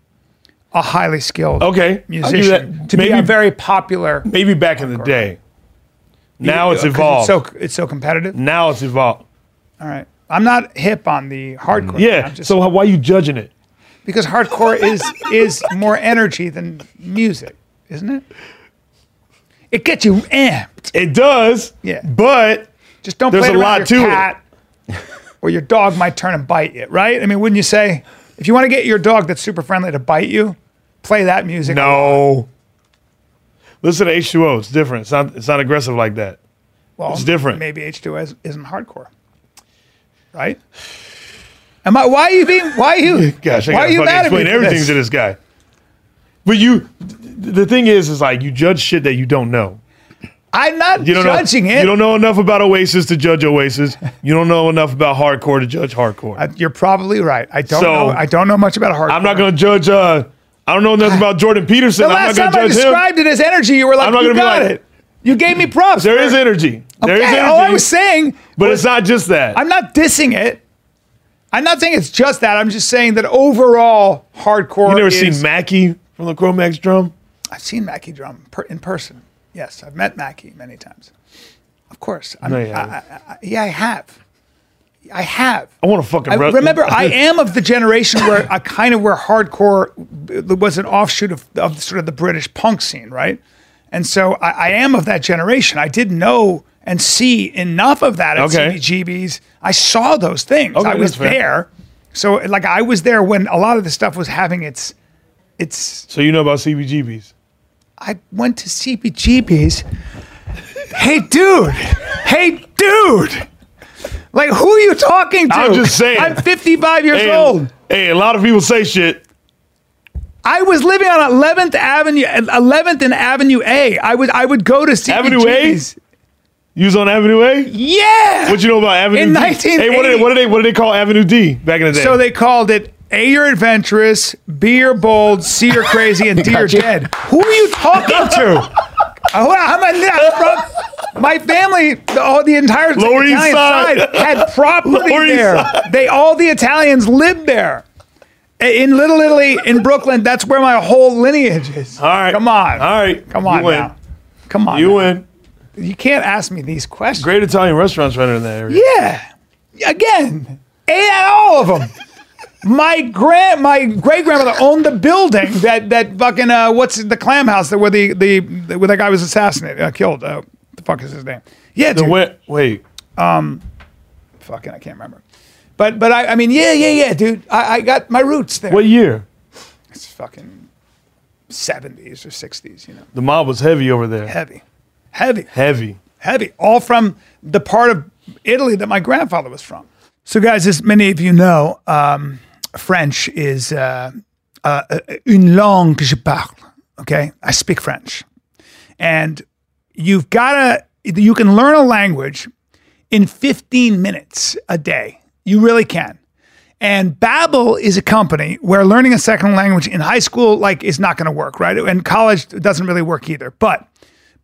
A: a highly skilled
B: Okay, I'll give you
A: musician
B: that.
A: to be
B: Maybe-
A: a very popular.
B: Maybe back in the day. Now it's
A: 'cause
B: evolved.
A: so it's so competitive.
B: now it's evolved.
A: All right, I'm not hip on the hardcore.
B: Yeah.
A: I'm just-
B: so how, why are you judging it?
A: because hardcore is is more energy than music, isn't it? It gets you amped.
B: It does.
A: Yeah.
B: But
A: Just don't
B: There's
A: play it
B: a
A: around
B: lot
A: your
B: to it.
A: cat or your dog might turn and bite you, right? I mean, wouldn't you say if you want to get your dog that's super friendly to bite you, play that music?
B: no. Listen to H2O. It's different. It's not, it's not aggressive like that.
A: well,
B: it's different.
A: Maybe H2 is, isn't hardcore, right? Am I? Why are you being? Why are you?
B: Gosh, I
A: why are
B: gotta
A: you
B: fucking
A: mad at me?
B: explain
A: for
B: everything
A: this?
B: to this guy. But you, the thing is, is like you judge shit that you don't know.
A: I'm not
B: You don't
A: judging
B: know,
A: it.
B: You don't know enough about Oasis to judge Oasis. You don't know enough about hardcore to judge hardcore. I,
A: You're probably right. I don't
B: So-
A: know. I don't know much about hardcore.
B: am not going to judge. Uh, I don't know nothing about Jordan Peterson.
A: The
B: I'm
A: last
B: not
A: time I
B: going to judge him.
A: described it as energy, you were like,
B: I'm not
A: "You
B: gonna be
A: got
B: like-
A: it." You gave me props.
B: There is energy. There is
A: Okay,
B: energy.
A: all I was saying,
B: but it's not just that.
A: I'm not dissing it. I'm not saying it's just that. I'm just saying that overall, hardcore.
B: you never
A: is,
B: seen Mackie from the Chromax drum?
A: I've seen Mackie drum per, in person. Yes, I've met Mackie many times. Of course. I'm,
B: No, you
A: I-
B: haven't.
A: I- I- yeah, I have. I have.
B: I want to fucking
A: I
B: ru-
A: remember, I am of the generation where I kind of where hardcore was an offshoot of, of sort of the British punk scene, right? And so I, I am of that generation. I did know and see enough of that at
B: Okay.
A: CBGBs. I saw those things.
B: Okay,
A: I was
B: that's fair.
A: there. So like I was there when a lot of this stuff was having its its
B: So you know about CBGBs.
A: I went to CBGB's. Hey dude. Hey dude. Like who are you talking to?
B: I'm just saying.
A: I'm 55 years
B: Hey,
A: old.
B: hey, a lot of people say shit.
A: I was living on 11th Avenue, 11th and Avenue A. I would I would go to CBGB's.
B: Avenue A? You was on Avenue A?
A: Yeah.
B: What you know about Avenue
A: In
B: D? Hey, what
A: 1980.
B: did, what, did they, what did they call Avenue D back in the day?
A: So they called it A You're Adventurous, B You're Bold, C You're Crazy, and D You're
D: Gotcha.
A: Dead. Who are you talking to? Uh, who- how am I I'm from? My family, the- all the entire
B: Lower East
A: Italian
B: Side.
A: had property
B: Lower East
A: there.
B: Side.
A: They all the Italians lived there. I- In Little Italy, in Brooklyn, that's where my whole lineage is.
B: All right.
A: Come on.
B: All right.
A: Come on
B: You win.
A: now. Come on.
B: You
A: now.
B: win.
A: You can't ask me these questions.
B: Great Italian restaurants right in that area.
A: Yeah. Again, ate at all of them. My grand, my great grandmother owned the building that that fucking uh, what's the clam house that where the the where that guy was assassinated, uh, killed. Uh, the fuck is his name? Yeah,
B: The
A: dude.
B: wet- wait.
A: fucking, I can't remember. But but I, I mean, yeah, yeah, yeah, dude. I, I got my roots there.
B: What year?
A: It's fucking seventies or sixties, you know,
B: The mob was heavy over there.
A: heavy, heavy.
B: Heavy.
A: heavy, all from the part of Italy that my grandfather was from. So, guys, as many of you know, um, French is uh, uh, une langue que je parle. Okay, I speak French, and you've got to you can learn a language in 15 minutes a day. You really can. And Babbel is a company where learning a second language in high school like is not going to work, right? And college doesn't really work either. But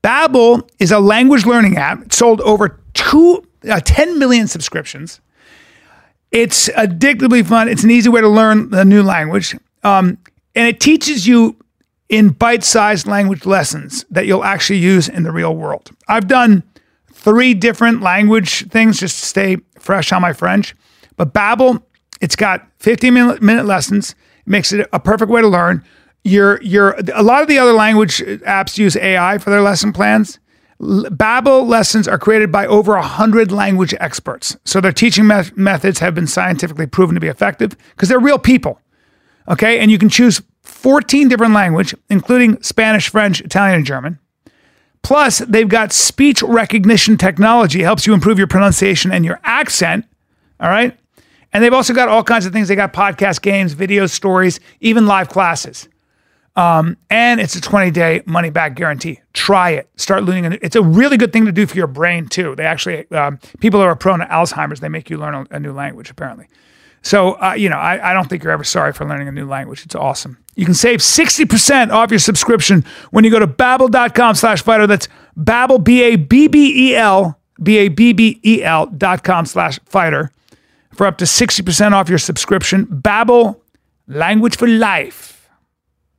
A: Babbel is a language learning app. It sold over two, uh, 10 million subscriptions. It's addictively fun. It's an easy way to learn a new language. Um, and it teaches you in bite sized language lessons that you'll actually use in the real world. I've done three different language things just to stay fresh on my French. But Babbel, it's got 15 minute, minute lessons, makes it a perfect way to learn. Your your a lot of the other language apps use AI for their lesson plans. L- Babbel lessons are created by over 100 language experts. So their teaching me- methods have been scientifically proven to be effective because they're real people. Okay? And you can choose 14 different language including Spanish, French, Italian, and German. Plus, they've got speech recognition technology helps you improve your pronunciation and your accent, all right? And they've also got all kinds of things. They got podcast games, video stories, even live classes. Um, and it's a 20 day money back guarantee. Try it. Start learning. a- It's a really good thing to do for your brain, too. They actually, um, people who are prone to Alzheimer's, they make you learn a, a new language, apparently. So, uh, you know, I, I don't think you're ever sorry for learning a new language. It's awesome. You can save 60% off your subscription when you go to babbel.com slash fighter. That's babbel, E B-A-B-B-E-L, B-A-B-B-E-L E dot com slash fighter for up to 60% off your subscription. Babbel, language for life.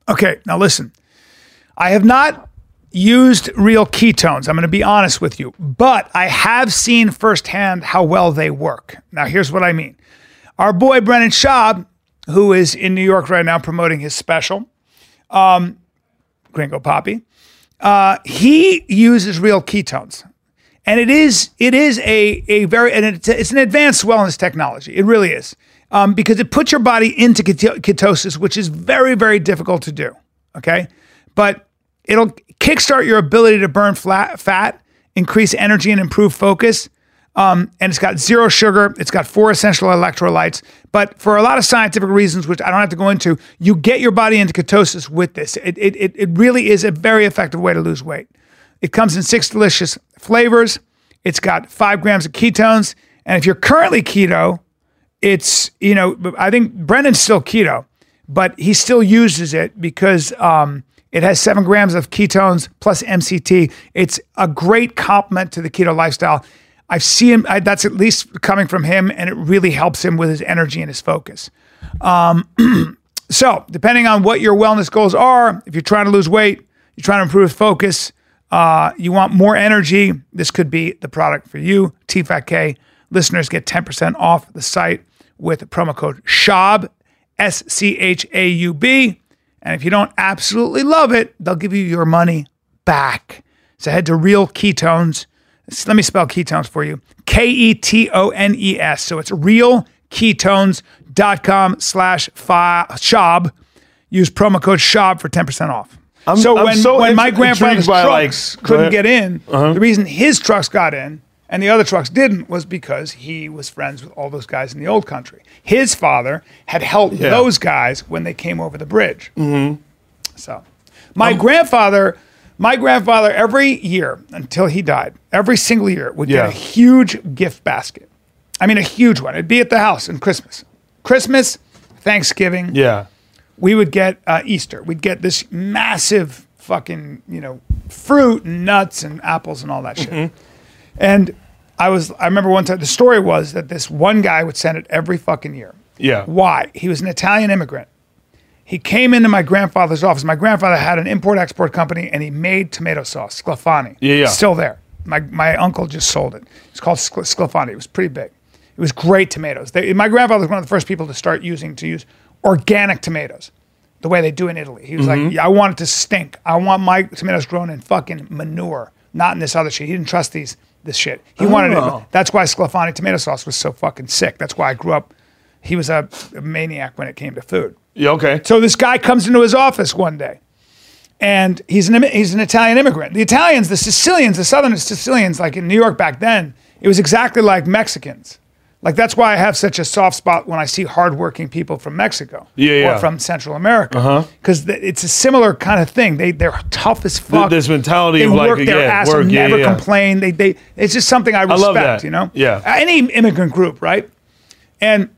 A: Okay, now listen. I have not used real ketones. I'm going to be honest with you, but I have seen firsthand how well they work. Now, here's what I mean. Our boy Brennan Schaub, who is in New York right now promoting his special, um, Gringo Poppy, uh, he uses real ketones and it is it is a a very and it's, it's an advanced wellness technology. It really is um, because it puts your body into keto- ketosis, which is very very difficult to do. Okay, but it'll kickstart your ability to burn flat fat, increase energy, and improve focus. Um, and it's got zero sugar. It's got four essential electrolytes. But for a lot of scientific reasons, which I don't have to go into, you get your body into ketosis with this. It, it, it, it really is a very effective way to lose weight. It comes in six delicious flavors. It's got five grams of ketones. And if you're currently keto, it's, you know, I think Brendan's still keto, but he still uses it because um, it has seven grams of ketones plus MCT. It's a great complement to the keto lifestyle. I've seen him, I, that's at least coming from him, and it really helps him with his energy and his focus. Um, So, depending on what your wellness goals are, if you're trying to lose weight, you're trying to improve focus, uh, you want more energy, this could be the product for you. TFATK listeners get 10% off the site with promo code SHAB, S C H A U B. And if you don't absolutely love it, they'll give you your money back. So head to Real Ketones. S- Let me spell ketones for you. K E T O N E S. So it's realketones.com slash fi- shop. Use promo code shop for 10% off. so
B: I'm
A: when,
B: so
A: when my
B: intri-
A: grandfather's
B: intrigued by, Uh-huh. like,
A: trucks
B: go
A: couldn't
B: ahead.
A: get in, the reason his trucks got in and the other trucks didn't was because he was friends with all those guys in the old country. His father had helped
B: Yeah. Mm-hmm.
A: those guys when they came over the bridge. So, my
B: Um,
A: grandfather, my grandfather, every year until he died, every single year would get
B: Yeah.
A: a huge gift basket. I mean, a huge one. It'd be at the house on Christmas, Christmas, Thanksgiving.
B: Yeah.
A: We would get uh, Easter. We'd get this massive fucking you know fruit and nuts and apples and all that shit. And I was I remember one time the story was that this one guy would send it every fucking year.
B: Yeah.
A: Why? He was an Italian immigrant. He came into my grandfather's office. My grandfather had an import export company and he made tomato sauce, Sclafani.
B: Yeah, yeah.
A: Still there. My, my uncle just sold it. It's called Scl- Sclafani. It was pretty big. It was great tomatoes. They, my grandfather was one of the first people to start using to use organic tomatoes the way they do in Italy. He was like,
B: Mm-hmm.
A: yeah, I want it to stink. I want my tomatoes grown in fucking manure, not in this other shit. He didn't trust these this shit. He wanted
B: Oh.
A: it. That's why Sclafani tomato sauce was so fucking sick. That's why I grew up. He was a, a maniac when it came to food.
B: Yeah. Okay.
A: So this guy comes into his office one day, and he's an immi- he's an Italian immigrant. The Italians, the Sicilians, the Southern Sicilians, like in New York back then, it was exactly like Mexicans. Like that's why I have such a soft spot when I see hardworking people from Mexico
B: Yeah,
A: or
B: yeah. Uh-huh.
A: from Central America, because it's a similar kind of thing. They they're tough as fuck.
B: this mentality
A: they
B: of like,
A: work their
B: yeah,
A: ass,
B: work, yeah,
A: never
B: yeah, yeah.
A: complain. They they it's just something I respect.
B: love that.
A: You know,
B: Yeah.
A: Any immigrant group, right? And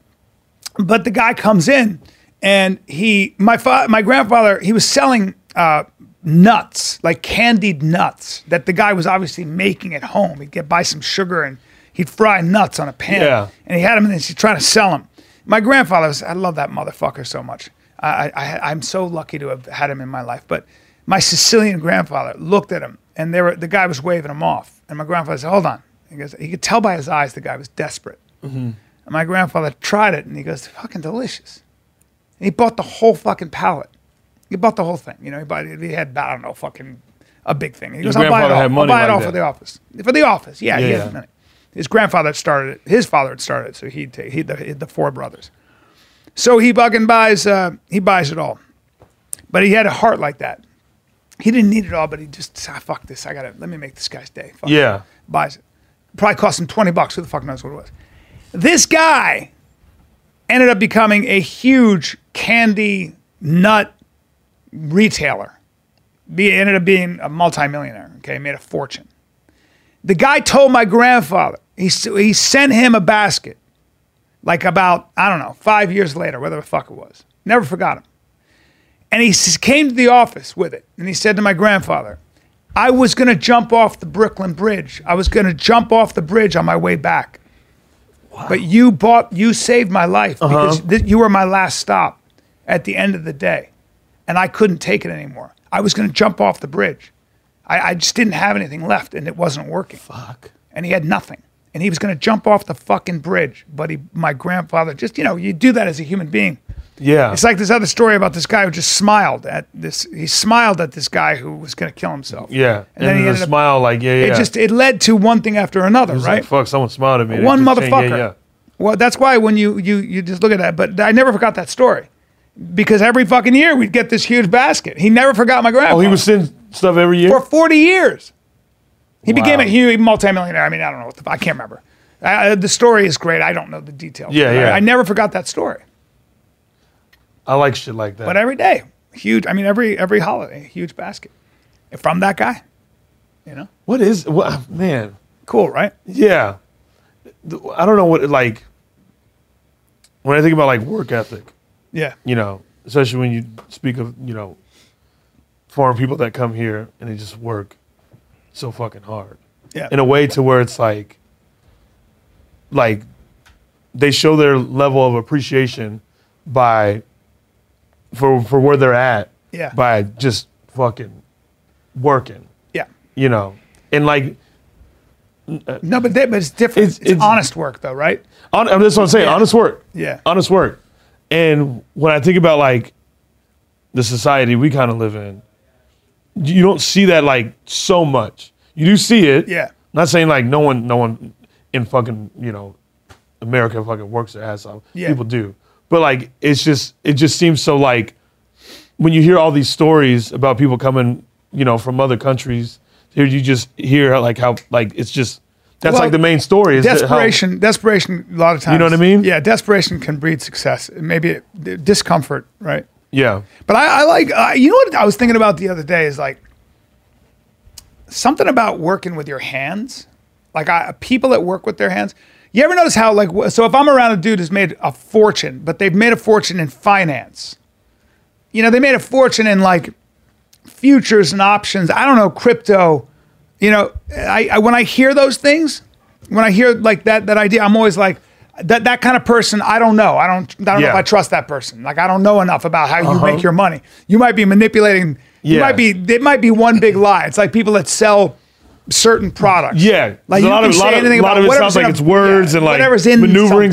A: but the guy comes in and he my fa- my grandfather he was selling uh, nuts like candied nuts that the guy was obviously making at home he'd get buy some sugar and he'd fry nuts on a pan
B: Yeah.
A: and he had them and he's trying to sell them my grandfather was i love that motherfucker so much I, I, i'm so lucky to have had him in my life but my sicilian grandfather looked at him and they were, the guy was waving him off and my grandfather said hold on he goes he could tell by his eyes the guy was desperate and my grandfather tried it and he goes, fucking delicious. And he bought the whole fucking pallet. He bought the whole thing. You know, he, bought, he had, I don't know, fucking a big thing. He
B: Your
A: goes, I'll buy it
B: grandfather
A: off.
B: had
A: I'll
B: money
A: buy it
B: like
A: off
B: that.
A: for the office. For the office, yeah, he
B: Yeah,
A: had
B: yeah.
A: money. His grandfather had started it. His father had started it, so he'd take he the, the four brothers. So he bugging buys uh, he buys it all, but he had a heart like that. He didn't need it all, but he just ah, fuck this. I gotta let me make this guy's day. Fuck
B: Yeah.
A: buys it. Probably cost him 20 bucks. Who the fuck knows what it was? This guy ended up becoming a huge candy nut retailer. Be, ended up being a multimillionaire. Okay, made a fortune. The guy told my grandfather, he, s- he sent him a basket like about, I don't know, five years later, whatever the fuck it was. Never forgot him. And he s- came to the office with it and he said to my grandfather, I was going to jump off the Brooklyn Bridge. I was going to jump off the bridge on my way back. But you bought, you saved my life because th- you were my last stop at the end of the day. And I couldn't take it anymore. I was going to jump off the bridge. I, I just didn't have anything left and it wasn't working. Fuck. And he had nothing. And he was going to jump off the fucking bridge. But he, my grandfather, just, you know, you do that as a human being.
B: Yeah.
A: It's like this other story about this guy who just smiled at this. He smiled at this guy who was going to kill himself.
B: yeah.
A: And, then he
B: a
A: ended up.
B: smile like, yeah, yeah.
A: It just it led to one thing after another,
B: It's like,
A: right?
B: fuck, someone smiled at me. They
A: one
B: just changed-
A: motherfucker.
B: Yeah, yeah.
A: Well, that's why when you you you just look at that. But I never forgot that story because every fucking year we'd get this huge basket. He never forgot my grandpa
B: Oh, he was sending stuff every year?
A: for 40 years. He became a
B: Wow.
A: huge multimillionaire. I mean, I don't know what the, I can't remember. I, I- the story is great. I don't know the details. but
B: Yeah,
A: I-
B: yeah.
A: I never forgot that story.
B: I like shit like that.
A: But every day, huge. I mean, every every holiday, huge basket from that guy. You know,
B: what is, what, man.
A: cool, right?
B: Yeah. Th- I don't know what, like, when I think about like work ethic,
A: Yeah,
B: you know, especially when you speak of, you know, foreign people that come here and they just work so fucking hard
A: yeah,
B: in a way to where it's like, like, they show their level of appreciation by, for, for where they're at
A: yeah,
B: by just fucking working,
A: yeah.
B: you know, and like,
A: No, but they, but it's different. It's,
B: It's- it's-
A: honest work, though, right?
B: hon- I'm just what I'm saying, honest work.
A: Yeah,
B: honest work. And when I think about like the society we kind of live in, you don't see that like so much. You do see it.
A: yeah,
B: Not saying like no one, no one in fucking you know America fucking works their ass off.
A: Yeah.
B: People do, but like it's just it just seems so like when you hear all these stories about people coming you know from other countries, here you just hear like how like it's just that's
A: Well,
B: like the main story. Is that how-
A: desperation. desperation. A lot of times.
B: know what I mean?
A: Yeah, desperation can breed success. Maybe it, discomfort, right?
B: yeah.
A: But I, I like, uh, you know what I was thinking about the other day is like something about working with your hands. Like I, people that work with their hands. You ever notice how like wh- so if I'm around a dude who's made a fortune, but they've made a fortune in finance. You know, they made a fortune in like futures and options. I don't know crypto. You know, I, I when I hear those things, when I hear like that that idea, I'm always like that that kind of person. I don't know. I don't. I don't know if
B: Yeah.
A: I trust that person. Like I don't know enough about how you make your money. You might be manipulating. You
B: Uh-huh. Yeah.
A: might be. It might be one big lie. It's like people that sell certain products.
B: Yeah,
A: like
B: there's a
A: you
B: lot
A: can
B: of-
A: say
B: lot of-
A: anything
B: lot
A: about
B: of it
A: whatever's
B: sounds like
A: in a-
B: it's words and, like,
A: whatever's in
B: maneuvering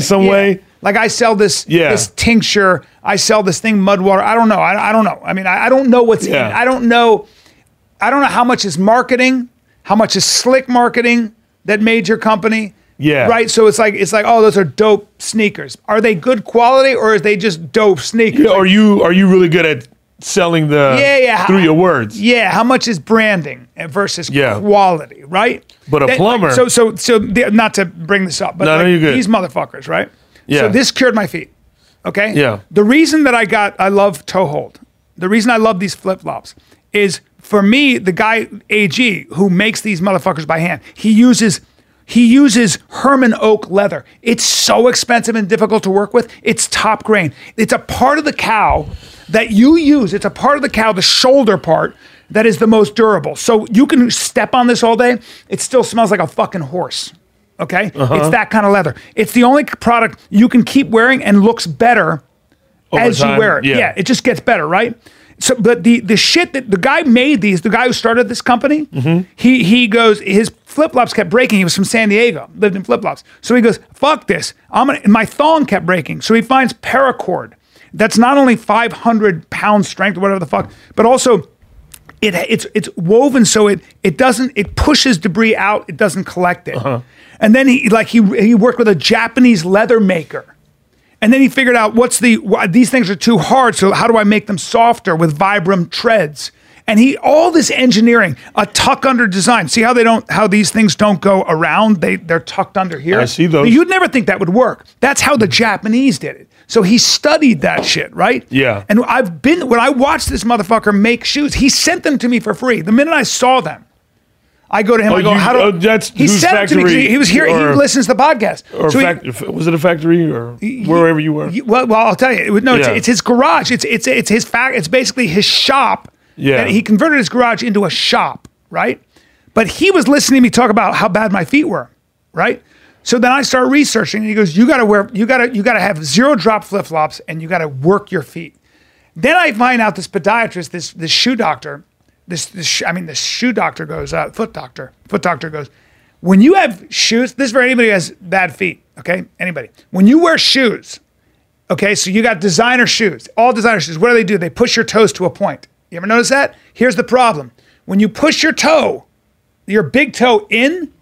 A: something.
B: some
A: Yeah.
B: way.
A: Like I sell this
B: Yeah.
A: this tincture. I sell this thing mud water. I don't know. I, I don't know. I mean, I, I don't know what's in.
B: Yeah.
A: it. I don't know. I don't know how much is marketing, how much is slick marketing that made your company.
B: Yeah.
A: Right. So it's like it's like oh those are dope sneakers. Are they good quality or are they just dope sneakers?
B: Yeah, are you are you really good at selling the
A: Yeah, yeah.
B: through your words?
A: Yeah, how much is branding versus
B: Yeah.
A: quality, right?
B: But a
A: That- like,
B: plumber-
A: so so so. The, not to bring this up, but
B: No, no,
A: like,
B: you're good.
A: these motherfuckers, right?
B: Yeah.
A: So this cured my feet. Okay.
B: Yeah.
A: The reason that I got I love toe hold. The reason I love these flip flops is for me the guy AG who makes these motherfuckers by hand. He uses. He uses Herman Oak leather. It's so expensive and difficult to work with. It's top grain. It's a part of the cow that you use. It's a part of the cow, the shoulder part, that is the most durable. So you can step on this all day. It still smells like a fucking horse. Okay? It's that kind of leather. It's the only product you can keep wearing and looks better as you
B: time,
A: wear it. Yeah.
B: yeah.
A: it just gets better, right? So, but the the shit that the guy made these, the guy who started this company, he he goes, his flip flops kept breaking. He was from San Diego, lived in flip flops. So he goes, fuck this. I'm gonna, and my thong kept breaking. So he finds paracord that's not only 500 pound strength, whatever the fuck, but also it it's it's woven so it it doesn't it pushes debris out. It doesn't collect it.
B: Uh-huh.
A: And then he like he he worked with a Japanese leather maker. And then he figured out what's the why, these things are too hard, so how do I make them softer with Vibram treads? And he all this engineering, a tuck under design. See how they don't how these things don't go around? They they're tucked under here.
B: I see those.
A: You'd never think that would work. That's how the Japanese did it. So he studied that shit, right?
B: Yeah.
A: And I've been when I watched this motherfucker make shoes, he sent them to me for free. The minute I saw them, I go to him.
B: Oh,
A: I go,
B: you-
A: how do
B: oh, that's
A: he
B: Who's
A: sent them to me? 'cause He,
B: Factory
A: he was here.
B: or-
A: he listens to the podcast.
B: Or
A: So he-
B: fact, was it a factory or wherever you were?
A: you- well, well, I'll tell you. It was- No,
B: Yeah.
A: it's, it's his garage. It's it's it's his fact. It's basically his shop.
B: Yeah.
A: that he converted his garage into a shop, right? But he was listening to me talk about how bad my feet were, right? So then I start researching, and he goes, "You got to wear. You got to you got to have zero drop flip flops, and you got to work your feet." Then I find out this podiatrist, this this shoe doctor, this, this sh- I mean, this shoe doctor goes, uh, foot doctor, foot doctor goes, when you have shoes, this is for anybody who has bad feet, okay? Anybody. When you wear shoes, Okay, so you got designer shoes, all designer shoes. What do they do? They push your toes to a point. You ever notice that? Here's the problem when you push your toe, your big toe in,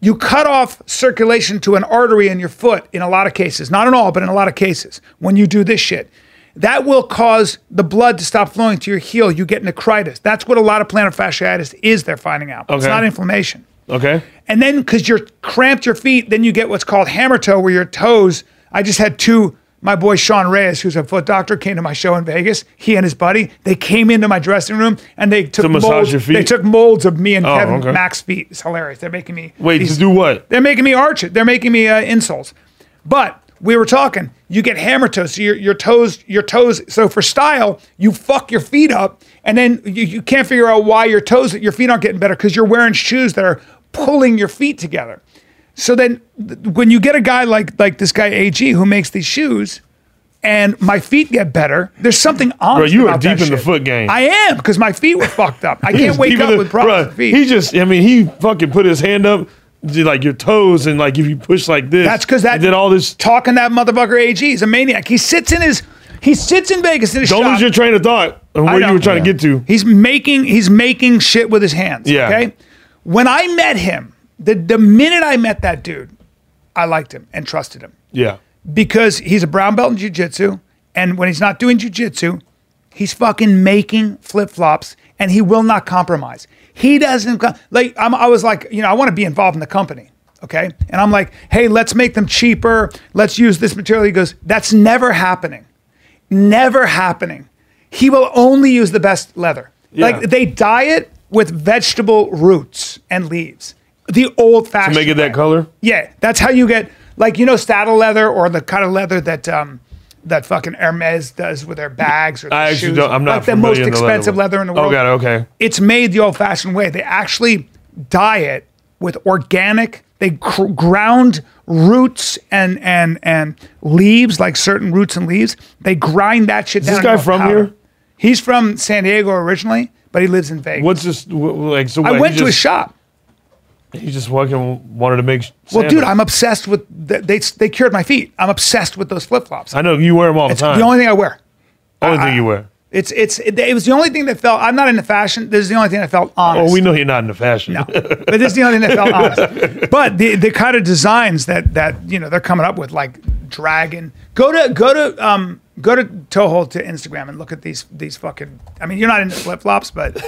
A: you cut off circulation to an artery in your foot in a lot of cases. Not in all, but in a lot of cases. When you do this shit, that will cause the blood to stop flowing to your heel. You get necritis. That's what a lot of plantar fasciitis is, they're finding out. It's
B: Okay.
A: not inflammation.
B: Okay.
A: And then because you're cramped your feet, then you get what's called hammer toe, where your toes. I just had two. My boy Sean Reyes, who's a foot doctor, came to my show in Vegas. He and his buddy, they came into my dressing room and they took
B: massage
A: molds.
B: your feet?
A: They took molds of me and
B: Oh,
A: Kevin
B: okay.
A: Max feet. It's hilarious. They're making me
B: Wait,
A: these-
B: to do what?
A: they're making me arch it. They're making me uh, insoles. But we were talking. You get hammer toes. So your your toes your toes. So for style, you fuck your feet up, and then you, you can't figure out why your toes your feet aren't getting better because you're wearing shoes that are pulling your feet together. So then, th- when you get a guy like like this guy AG who makes these shoes, and my feet get better, there's something on.
B: you are deep in the foot game.
A: I am because my feet were fucked up. I
B: He
A: can't
B: just
A: wake
B: even
A: up
B: the-
A: with problems
B: bruh,
A: with feet.
B: He just, I mean, he fucking put his hand up, did like your toes, and like if you push like this,
A: That's because that
B: he did all this.
A: talking that motherfucker AG is a maniac. He sits in his he sits in Vegas in his
B: Don't
A: shop.
B: lose your train of thought and
A: I
B: where
A: know.
B: you were trying to get to.
A: He's making he's making shit with his hands.
B: Yeah.
A: Okay. When I met him, the the minute I met that dude, I liked him and trusted him
B: Yeah,
A: because he's a brown belt in jujitsu, and when he's not doing jujitsu, he's fucking making flip flops, and he will not compromise. He doesn't co- like. I'm, I was like, you know, I want to be involved in the company, okay? And I'm like, hey, let's make them cheaper. Let's use this material. He goes, that's never happening, never happening. He will only use the best leather. Like they dye it with vegetable roots and leaves, the old fashioned.
B: make it that color.
A: Yeah, that's how you get like you know saddle leather or the kind of leather that um that fucking Hermes does with their bags or their
B: I actually
A: shoes.
B: don't. I'm not
A: like the most
B: familiar in leather
A: expensive
B: one.
A: leather, in the world.
B: Oh god, okay.
A: It's made the old-fashioned way. They actually dye it with organic. They cr- ground roots and and and leaves like certain roots and leaves. They grind that shit down.
B: this guy
A: into a
B: from
A: powder.
B: here?
A: He's from San Diego originally, but he lives in Vegas.
B: What's this? wh- Like so,
A: I
B: what, he
A: went to
B: just,
A: his shop.
B: He just fucking wanted to make.
A: Well, dude,
B: sandals.
A: I'm obsessed with th- they. They cured my feet. I'm obsessed with those flip flops.
B: I know you wear them all the
A: It's
B: time.
A: the only thing I wear. Oh,
B: Only thing you wear.
A: It's it's it, it was the only thing that felt. I'm not into fashion. This is the only thing that felt honest.
B: Oh, we know you're not into fashion.
A: but this is the only thing that felt honest. But the the kind of designs that that you know they're coming up with, like dragon. Go to go to um go to Toehold to Instagram and look at these these fucking. I mean, you're not into flip flops, but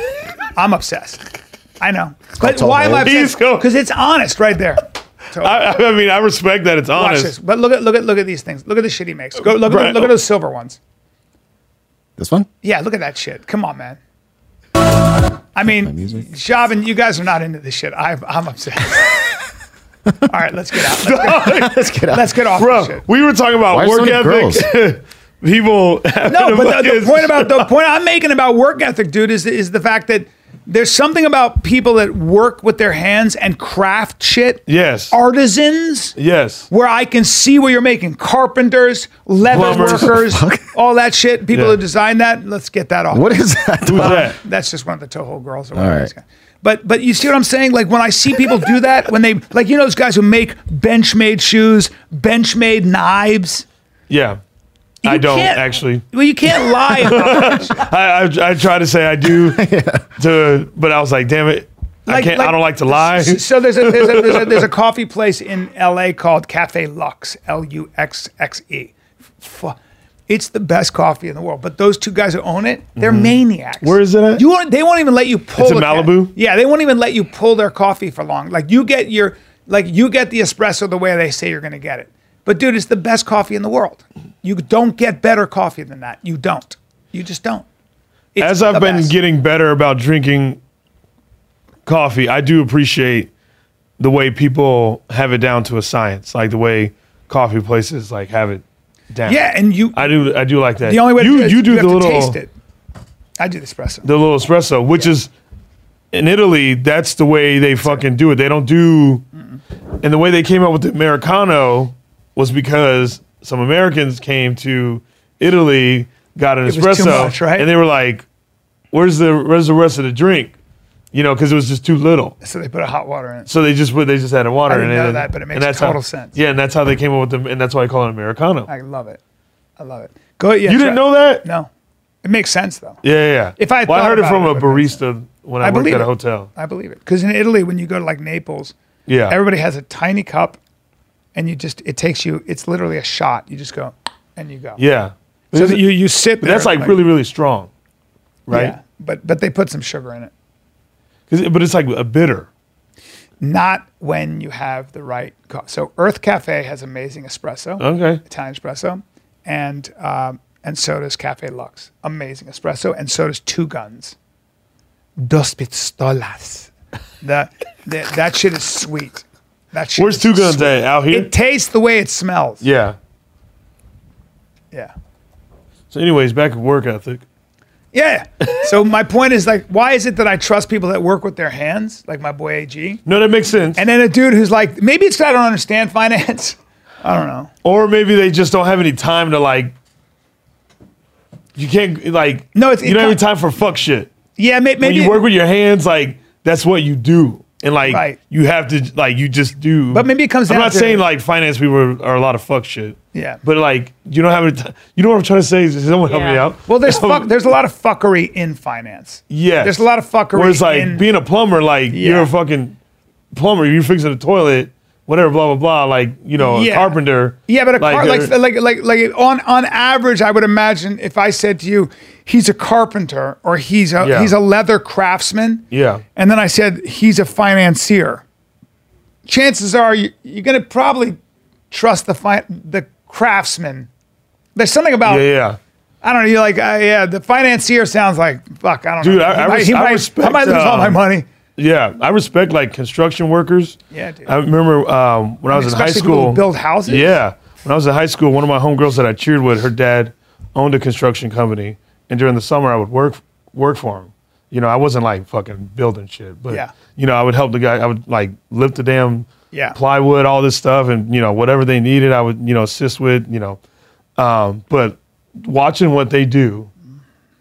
A: I'm obsessed. I know. But
D: called
A: why am I
B: Toehold. He's
A: obsessed?
B: go-
A: Because it's honest, right there.
B: I, I mean, I respect that. It's
A: Watch
B: honest.
A: this. But look at look at look at these things. Look at the shit he makes. Go look at
B: Brad-
A: look at those silver ones.
D: This one?
A: Yeah, look at that shit. Come on, man. I mean,
D: music.
A: Shaban, you guys are not into this shit. I'm, I'm upset. All right, let's get out. Let's get,
D: Let's get out.
A: let's get off
B: Bro,
A: this shit.
B: we were talking about
D: Why are so
B: work
D: many
B: ethic. People.
A: No, but the, the point about the point I'm making about work ethic, dude, is is the fact that there's something about people that work with their hands and craft shit.
B: Yes.
A: artisans.
B: Yes.
A: where I can see what you're making. Carpenters, leather
B: Plumbers.
A: workers, all that shit. People
B: Yeah.
A: who design that, let's get that off.
D: What is that?
B: Who's that?
A: That's just one of the Toho girls. Or whatever
D: right.
A: it's got. But but you see what I'm saying? Like when I see people do that, when they like you know those guys who make bench made shoes, bench made knives.
B: Yeah. I
A: You
B: don't
A: can't-
B: actually.
A: Well, you can't lie about
B: I, I I try to say I do to, but I was like, damn it, I
A: Like-
B: can't.
A: like-
B: I don't like to lie.
A: So there's a there's a, there's a there's a coffee place in L.A. called Cafe Lux L U X X E. Fu- It's the best coffee in the world, but those two guys who own it, they're maniacs.
B: Mm-hmm. Where is it at?
A: You won't, they won't even let you pull.
B: It's in
A: a ca-
B: Malibu?
A: Yeah, they won't even let you pull their coffee for long. Like you get your like you get the espresso the way they say you're going to get it. But dude, it's the best coffee in the world. You don't get better coffee than that. You don't. You just don't. It's
B: As I've
A: the
B: been
A: best.
B: getting better about drinking coffee, I do appreciate the way people have it down to a science, like the way coffee places like have it down.
A: yeah, and you
B: I do. I do like that.
A: The only way to
B: you
A: do it is
B: you do
A: have
B: the
A: to
B: little
A: taste it. I do the espresso.
B: the little espresso, which is in Italy, that's the way they fucking do it. They don't do, and the way they came up with the Americano was because some Americans came to Italy, got an
A: was too
B: espresso,
A: much, right?
B: and they were like, "Where's the where's the rest of the drink?" You know, because it was just too little.
A: so they put a hot water in it.
B: So they just put- they just added water.
A: I didn't
B: in it
A: know
B: and-
A: that, but it
B: and
A: makes
B: that's
A: total
B: how,
A: sense.
B: Yeah, and that's how they came up with them, and that's why I call it Americano.
A: I love it. I love it. Go yeah, try-
B: you didn't know that?
A: No. It makes sense though.
B: Yeah, yeah. yeah.
A: If I had
B: well, I
A: thought
B: heard it
A: about
B: from
A: it,
B: a
A: it would make
B: barista when I, worked
A: believe
B: at a
A: it.
B: hotel.
A: I believe it. Cuz in Italy when you go to like Naples,
B: Yeah,
A: everybody has a tiny cup and you just it takes you it's literally a shot. You just go and you go.
B: yeah.
A: So that you you sit
B: But
A: there
B: that's like, really, really strong, right?
A: yeah, but but they put some sugar in it.
B: 'Cause it- but it's like a bitter.
A: Not when you have the right co- so Earth Cafe has amazing espresso.
B: Okay.
A: Italian espresso, and um, and so does Cafe Lux. Amazing espresso, and so does Two Guns. Dos pistolas. That that, that shit is sweet. That shit
B: Where's
A: is
B: Two Guns
A: sweet.
B: at? Out here?
A: It tastes the way it smells.
B: yeah.
A: Yeah.
B: So, anyways, back at work ethic.
A: Yeah. so my point is like, why is it that I trust people that work with their hands, like my boy AG,
B: No, that makes sense.
A: and then a dude who's like, maybe it's that I don't understand finance. I don't know.
B: or maybe they just don't have any time to like. You can't like.
A: No, it's-
B: you
A: it
B: don't have any
A: co-
B: time for fuck shit.
A: Yeah, may- maybe
B: When you work with your hands, like that's what you do, and like
A: Right.
B: you have to like you just do.
A: But maybe it comes
B: I'm
A: down
B: not
A: to-
B: saying like finance people are, are a lot of fuck shit.
A: Yeah.
B: But like you don't have any time. You know what I'm trying to say? Is someone help me
F: Yeah.
B: out?
A: Well, there's fuck, there's a lot of fuckery in finance.
B: Yeah.
A: There's a lot of fuckery
B: Whereas like
A: in-
B: being a plumber, like you're a fucking plumber, you're fixing a toilet, whatever, blah blah blah. Like you know,
A: Yeah.
B: a carpenter.
A: Yeah, but a car, like,
B: they're-
A: like, like, like, on on average, I would imagine if I said to you, he's a carpenter or he's a
B: Yeah.
A: he's a leather craftsman,
B: yeah,
A: and then I said he's a financier. Chances are you, you're going to probably trust the fi- the craftsman. There's something about
B: yeah, yeah.
A: I don't know. You're like, uh, yeah, the financier sounds like fuck. I don't
B: Dude,
A: know.
B: I- I
A: He might-
B: res-
A: he
B: I
A: might-
B: respect,
A: I might lose all my
B: um,
A: money.
B: Yeah, I respect like construction workers.
A: Yeah, dude.
B: I remember um, when I was in high
A: Especially people who
B: school.
A: build houses.
B: Yeah, when I was in high school, one of my homegirls that I cheered with, her dad owned a construction company, and during the summer I would work work for him. You know, I wasn't like fucking building shit, but
A: Yeah.
B: you know, I would help the guy. I would like lift the damn
A: Yeah.
B: plywood, all this stuff, and you know whatever they needed, I would you know assist with. You know, um, but watching what they do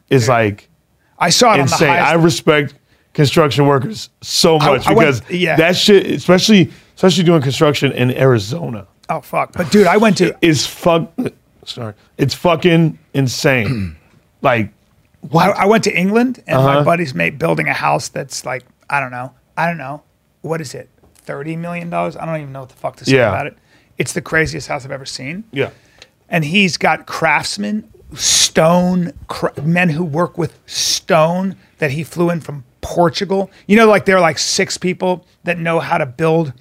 B: is like
A: I saw it
B: insane.
A: on the
B: I
A: highest.
B: respect construction workers so much
A: I went-
B: because
A: yeah.
B: that shit, especially especially doing construction in Arizona,
A: oh fuck! But dude, I went to
B: is fuck. Sorry, it's fucking insane. like
A: I, I went to England and my buddies mate building a house that's like I don't know, I don't know, what is it, thirty million dollars? I don't even know what the fuck to say
B: Yeah.
A: about it. It's the craziest house I've ever seen,
B: yeah,
A: and he's got craftsmen, stone cra- men who work with stone that he flew in from Portugal. You know, like they're like six people that know how to build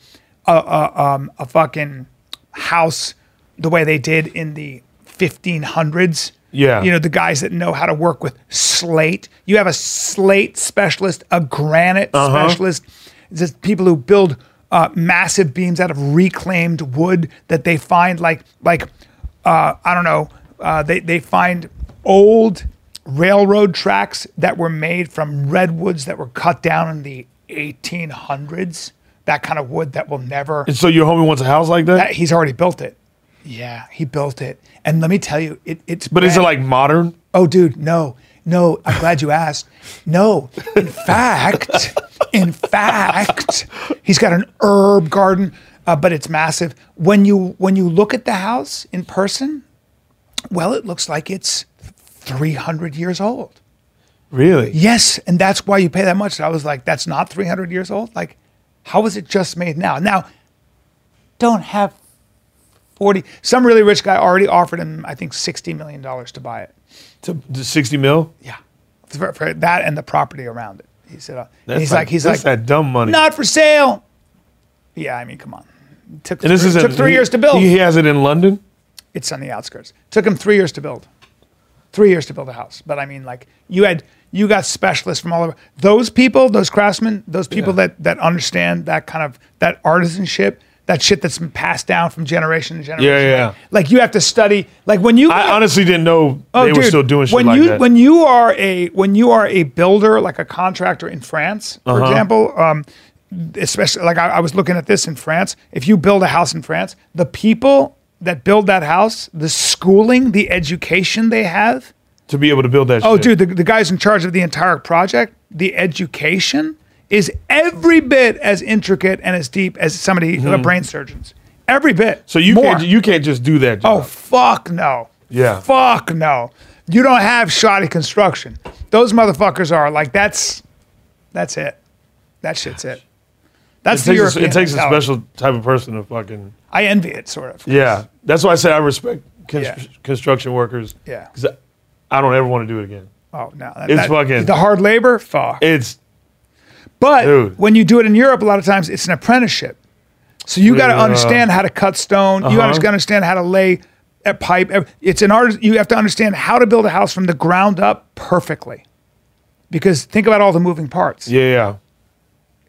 A: a, a, um, a fucking house the way they did in the fifteen hundreds.
B: Yeah.
A: you know the guys that know how to work with slate. You have a slate specialist, a granite specialist, just people who build uh, massive beams out of reclaimed wood that they find like like uh, I don't know uh, they they find old railroad tracks that were made from redwoods that were cut down in the 1800s. That kind of wood that will never
B: and so your homie wants a house like that,
A: that- he's already built it. Yeah, he built it. And let me tell you, it, it's.
B: but is it
A: brand-
B: like modern?
A: Oh, dude, no, no. I'm glad you asked. No, in fact, in fact, he's got an herb garden, uh, but it's massive. When you when you look at the house in person, Well, it looks like it's 300 years old.
B: Really?
A: Yes, and that's why you pay that much. I was like, that's not 300 years old? Like, how is it just made now? Now, don't have 40. Some really rich guy already offered him, I think, $60 million to buy it.
B: To, to 60 mil?
A: Yeah. For, for that and the property around it. He said, uh, and he's
B: That's
A: like, he's
B: that's
A: like,
B: that dumb money.
A: not for sale. Yeah, I mean, come on. It took,
B: and this
A: three,
B: is
A: took
B: in-
A: three
B: he-
A: years to build.
B: He has it in London.
A: it's on the outskirts. Took him three years to build. Three years to build a house. But I mean, like you had you got specialists from all over. Those people, those craftsmen, those people that that understand that kind of that artisanship, that shit that's been passed down from generation to generation.
B: yeah.
A: Like you have to study. Like when you
B: I honestly didn't know
A: Oh,
B: they were
A: dude,
B: still doing shit
A: when
B: like
A: you,
B: that.
A: When you are a when you are a builder, like a contractor in France, for
B: Uh-huh.
A: example, um, especially like I, I was looking at this in France. If you build a house in France, the people that build that house, the schooling, the education they have.
B: to be able to build that
A: Oh,
B: shit.
A: dude, the, the guys in charge of the entire project, the education is every bit as intricate and as deep as somebody, the brain surgeons. Every bit.
B: Mm-hmm. So you
A: More.
B: can't you can't just do that.
A: Oh
B: Job.
A: fuck no.
B: Yeah.
A: Fuck no. You don't have shoddy construction. Those motherfuckers are like that's that's it. That shit's it.
B: it
A: That's the
B: takes, a,
A: European
B: it takes a
A: mentality.
B: special type of person to fucking.
A: I envy it sort of.
B: Yeah, that's why I say I respect cons-
A: Yeah.
B: construction workers.
A: Yeah.
B: because I, I don't ever want to do it again.
A: Oh no. that-
B: It's
A: that-
B: fucking-
A: the hard labor. Fuck.
B: It's
A: but
B: dude.
A: when you do it in Europe, a lot of times it's an apprenticeship. So you got to
B: Yeah. Uh-huh.
A: understand how to cut stone. You got to understand how to lay a pipe. Ev- It's an art. You have to understand how to build a house from the ground up perfectly. Because think about all the moving parts.
B: yeah, yeah.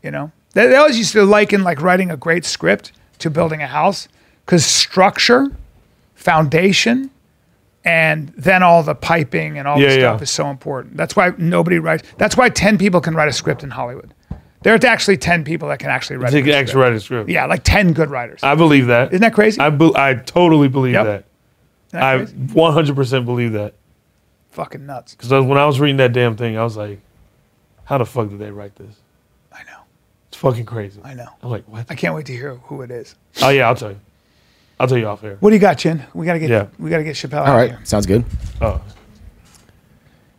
A: You know, they, they always used to liken like writing a great script to building a house because structure, foundation, and then all the piping and all
B: Yeah,
A: the
B: yeah.
A: stuff is so important. That's why nobody writes. That's why ten people can write a script in Hollywood. There are actually ten people that can actually write. a
B: Take
A: good
B: X
A: script.
B: write a script.
A: Yeah, like ten good writers.
B: I believe that.
A: Isn't that crazy?
B: I be, I totally believe
A: Yep.
B: that.
A: Isn't that
B: I
A: crazy?
B: 100 percent believe that
A: fucking nuts.
B: because when I was reading that damn thing, I was like, how the fuck did they write this?
A: I know.
B: It's fucking crazy.
A: I know.
B: I'm like, what?
A: I can't wait to hear who it is.
B: Oh yeah, I'll tell you. I'll tell you off air.
A: What do you got, Chin? We gotta get.
B: Yeah.
A: We gotta get Chappelle.
D: All
A: out
D: right.
A: Here.
D: Sounds good.
B: Oh,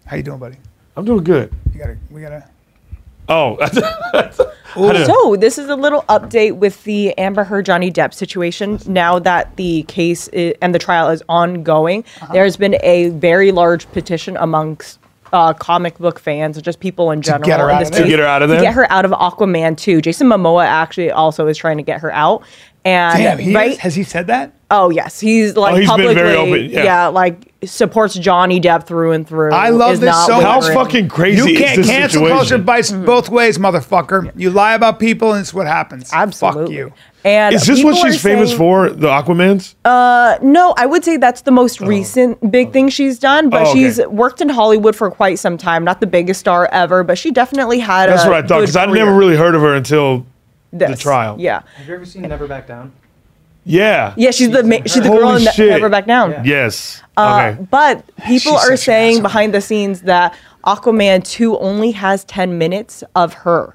A: How you doing, buddy?
B: I'm doing good.
A: You gotta. We gotta.
B: Oh,
F: So this is a little update with the Amber Heard Johnny Depp situation. Now that the case i and the trial is ongoing, there's been a very large petition amongst uh, comic book fans and just people in general.
A: get her
F: in
A: out
F: this
A: of there?
B: To get her out of
F: to
B: there?
F: get her out of Aquaman too. Jason Momoa actually also is trying to get her out. And
A: Damn, he is-
F: right,
A: has he said that?
F: oh yes, he's like
B: Oh, he's been
F: publicly,
B: very open, yeah.
F: like supports Johnny Depp through and through.
A: I love
F: is
A: this
F: not
A: so
F: with
B: how
A: much.
F: her.
B: fucking crazy
A: you
B: is
A: can't
B: this
A: cancel
B: situation?
A: culture bites both ways, motherfucker. You lie about people, and it's what happens.
F: Absolutely.
A: Fuck you.
F: And
B: Is this what
F: people are
B: she's famous
F: saying- Uh,
B: for? The Aquaman's?
F: No, I would say that's the most recent big thing she's done, but
B: Oh, okay.
F: she's worked in Hollywood for quite some time. Not the biggest star ever, but she definitely had
B: That's
F: a
B: what I thought
F: good
B: because I
F: career.
B: never really heard of her until the
F: This.
B: trial.
F: Yeah.
G: Have you ever seen Never Back Down?
B: yeah,
F: Yeah, she's the ma- she's the
B: Holy
F: girl in the,
B: shit.
F: Never Back Down.
G: Yeah.
B: Yes.
F: Uh,
B: okay.
F: But people
A: She's such
F: are
A: an
F: saying
A: asshole.
F: behind the scenes that Aquaman 2 only has 10 minutes of her,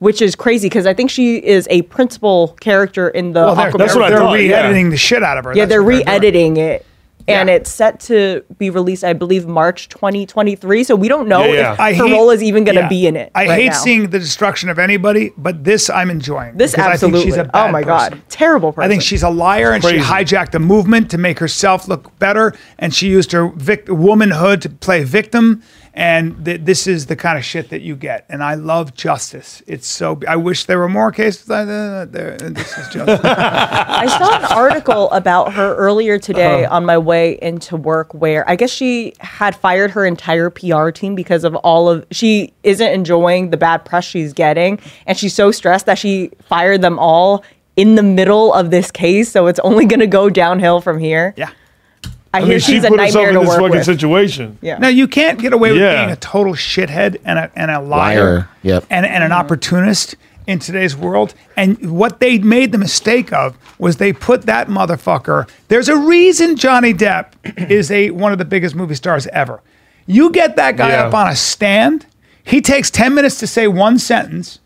F: which is crazy because I think she is a principal character in the
A: Well, they're,
F: Aquaman.
B: That's what I
A: they're
B: thought, yeah.
A: re-editing the shit out of her.
F: Yeah,
A: That's
F: they're
A: what doing.
F: re-editing it. And
A: Yeah.
F: it's set to be released, I believe, March 2023. So we don't know
B: Yeah, yeah.
F: if
A: I
F: her
A: hate-
F: role is even going to
A: yeah.
F: be in it.
A: I
F: right
A: hate
F: now.
A: seeing the destruction of anybody, but this I'm enjoying.
F: this.
A: because
F: Absolutely.
A: I think she's a bad
F: oh my
A: person.
F: god, terrible person.
A: I think she's a liar and she
B: crazy.
A: hijacked the movement to make herself look better. And she used her vic- womanhood to play victim. And th- this is the kind of shit that you get. And I love justice. It's so. I wish there were more cases like that. There- This is just.
F: I saw an article about her earlier today
B: Uh-huh.
F: on my way into work where I guess she had fired her entire PR team because of all of she isn't enjoying the bad press she's getting and she's so stressed that she fired them all in the middle of this case so it's only going to go downhill from here.
A: yeah.
F: I,
B: I
F: hear
B: mean, she
F: she's a
B: put herself
F: nightmare
B: in
F: to
B: this
F: work
B: fucking
F: with.
B: situation.
F: Yeah.
A: No, you can't get away with
B: Yeah.
A: being a total shithead and a and a liar,
D: Liar, yep.
A: and and an opportunist in today's world. And what they made the mistake of was they put that motherfucker. There's a reason Johnny Depp is a one of the biggest movie stars ever. You get that guy
B: Yeah.
A: up on a stand, he takes 10 minutes to say one sentence.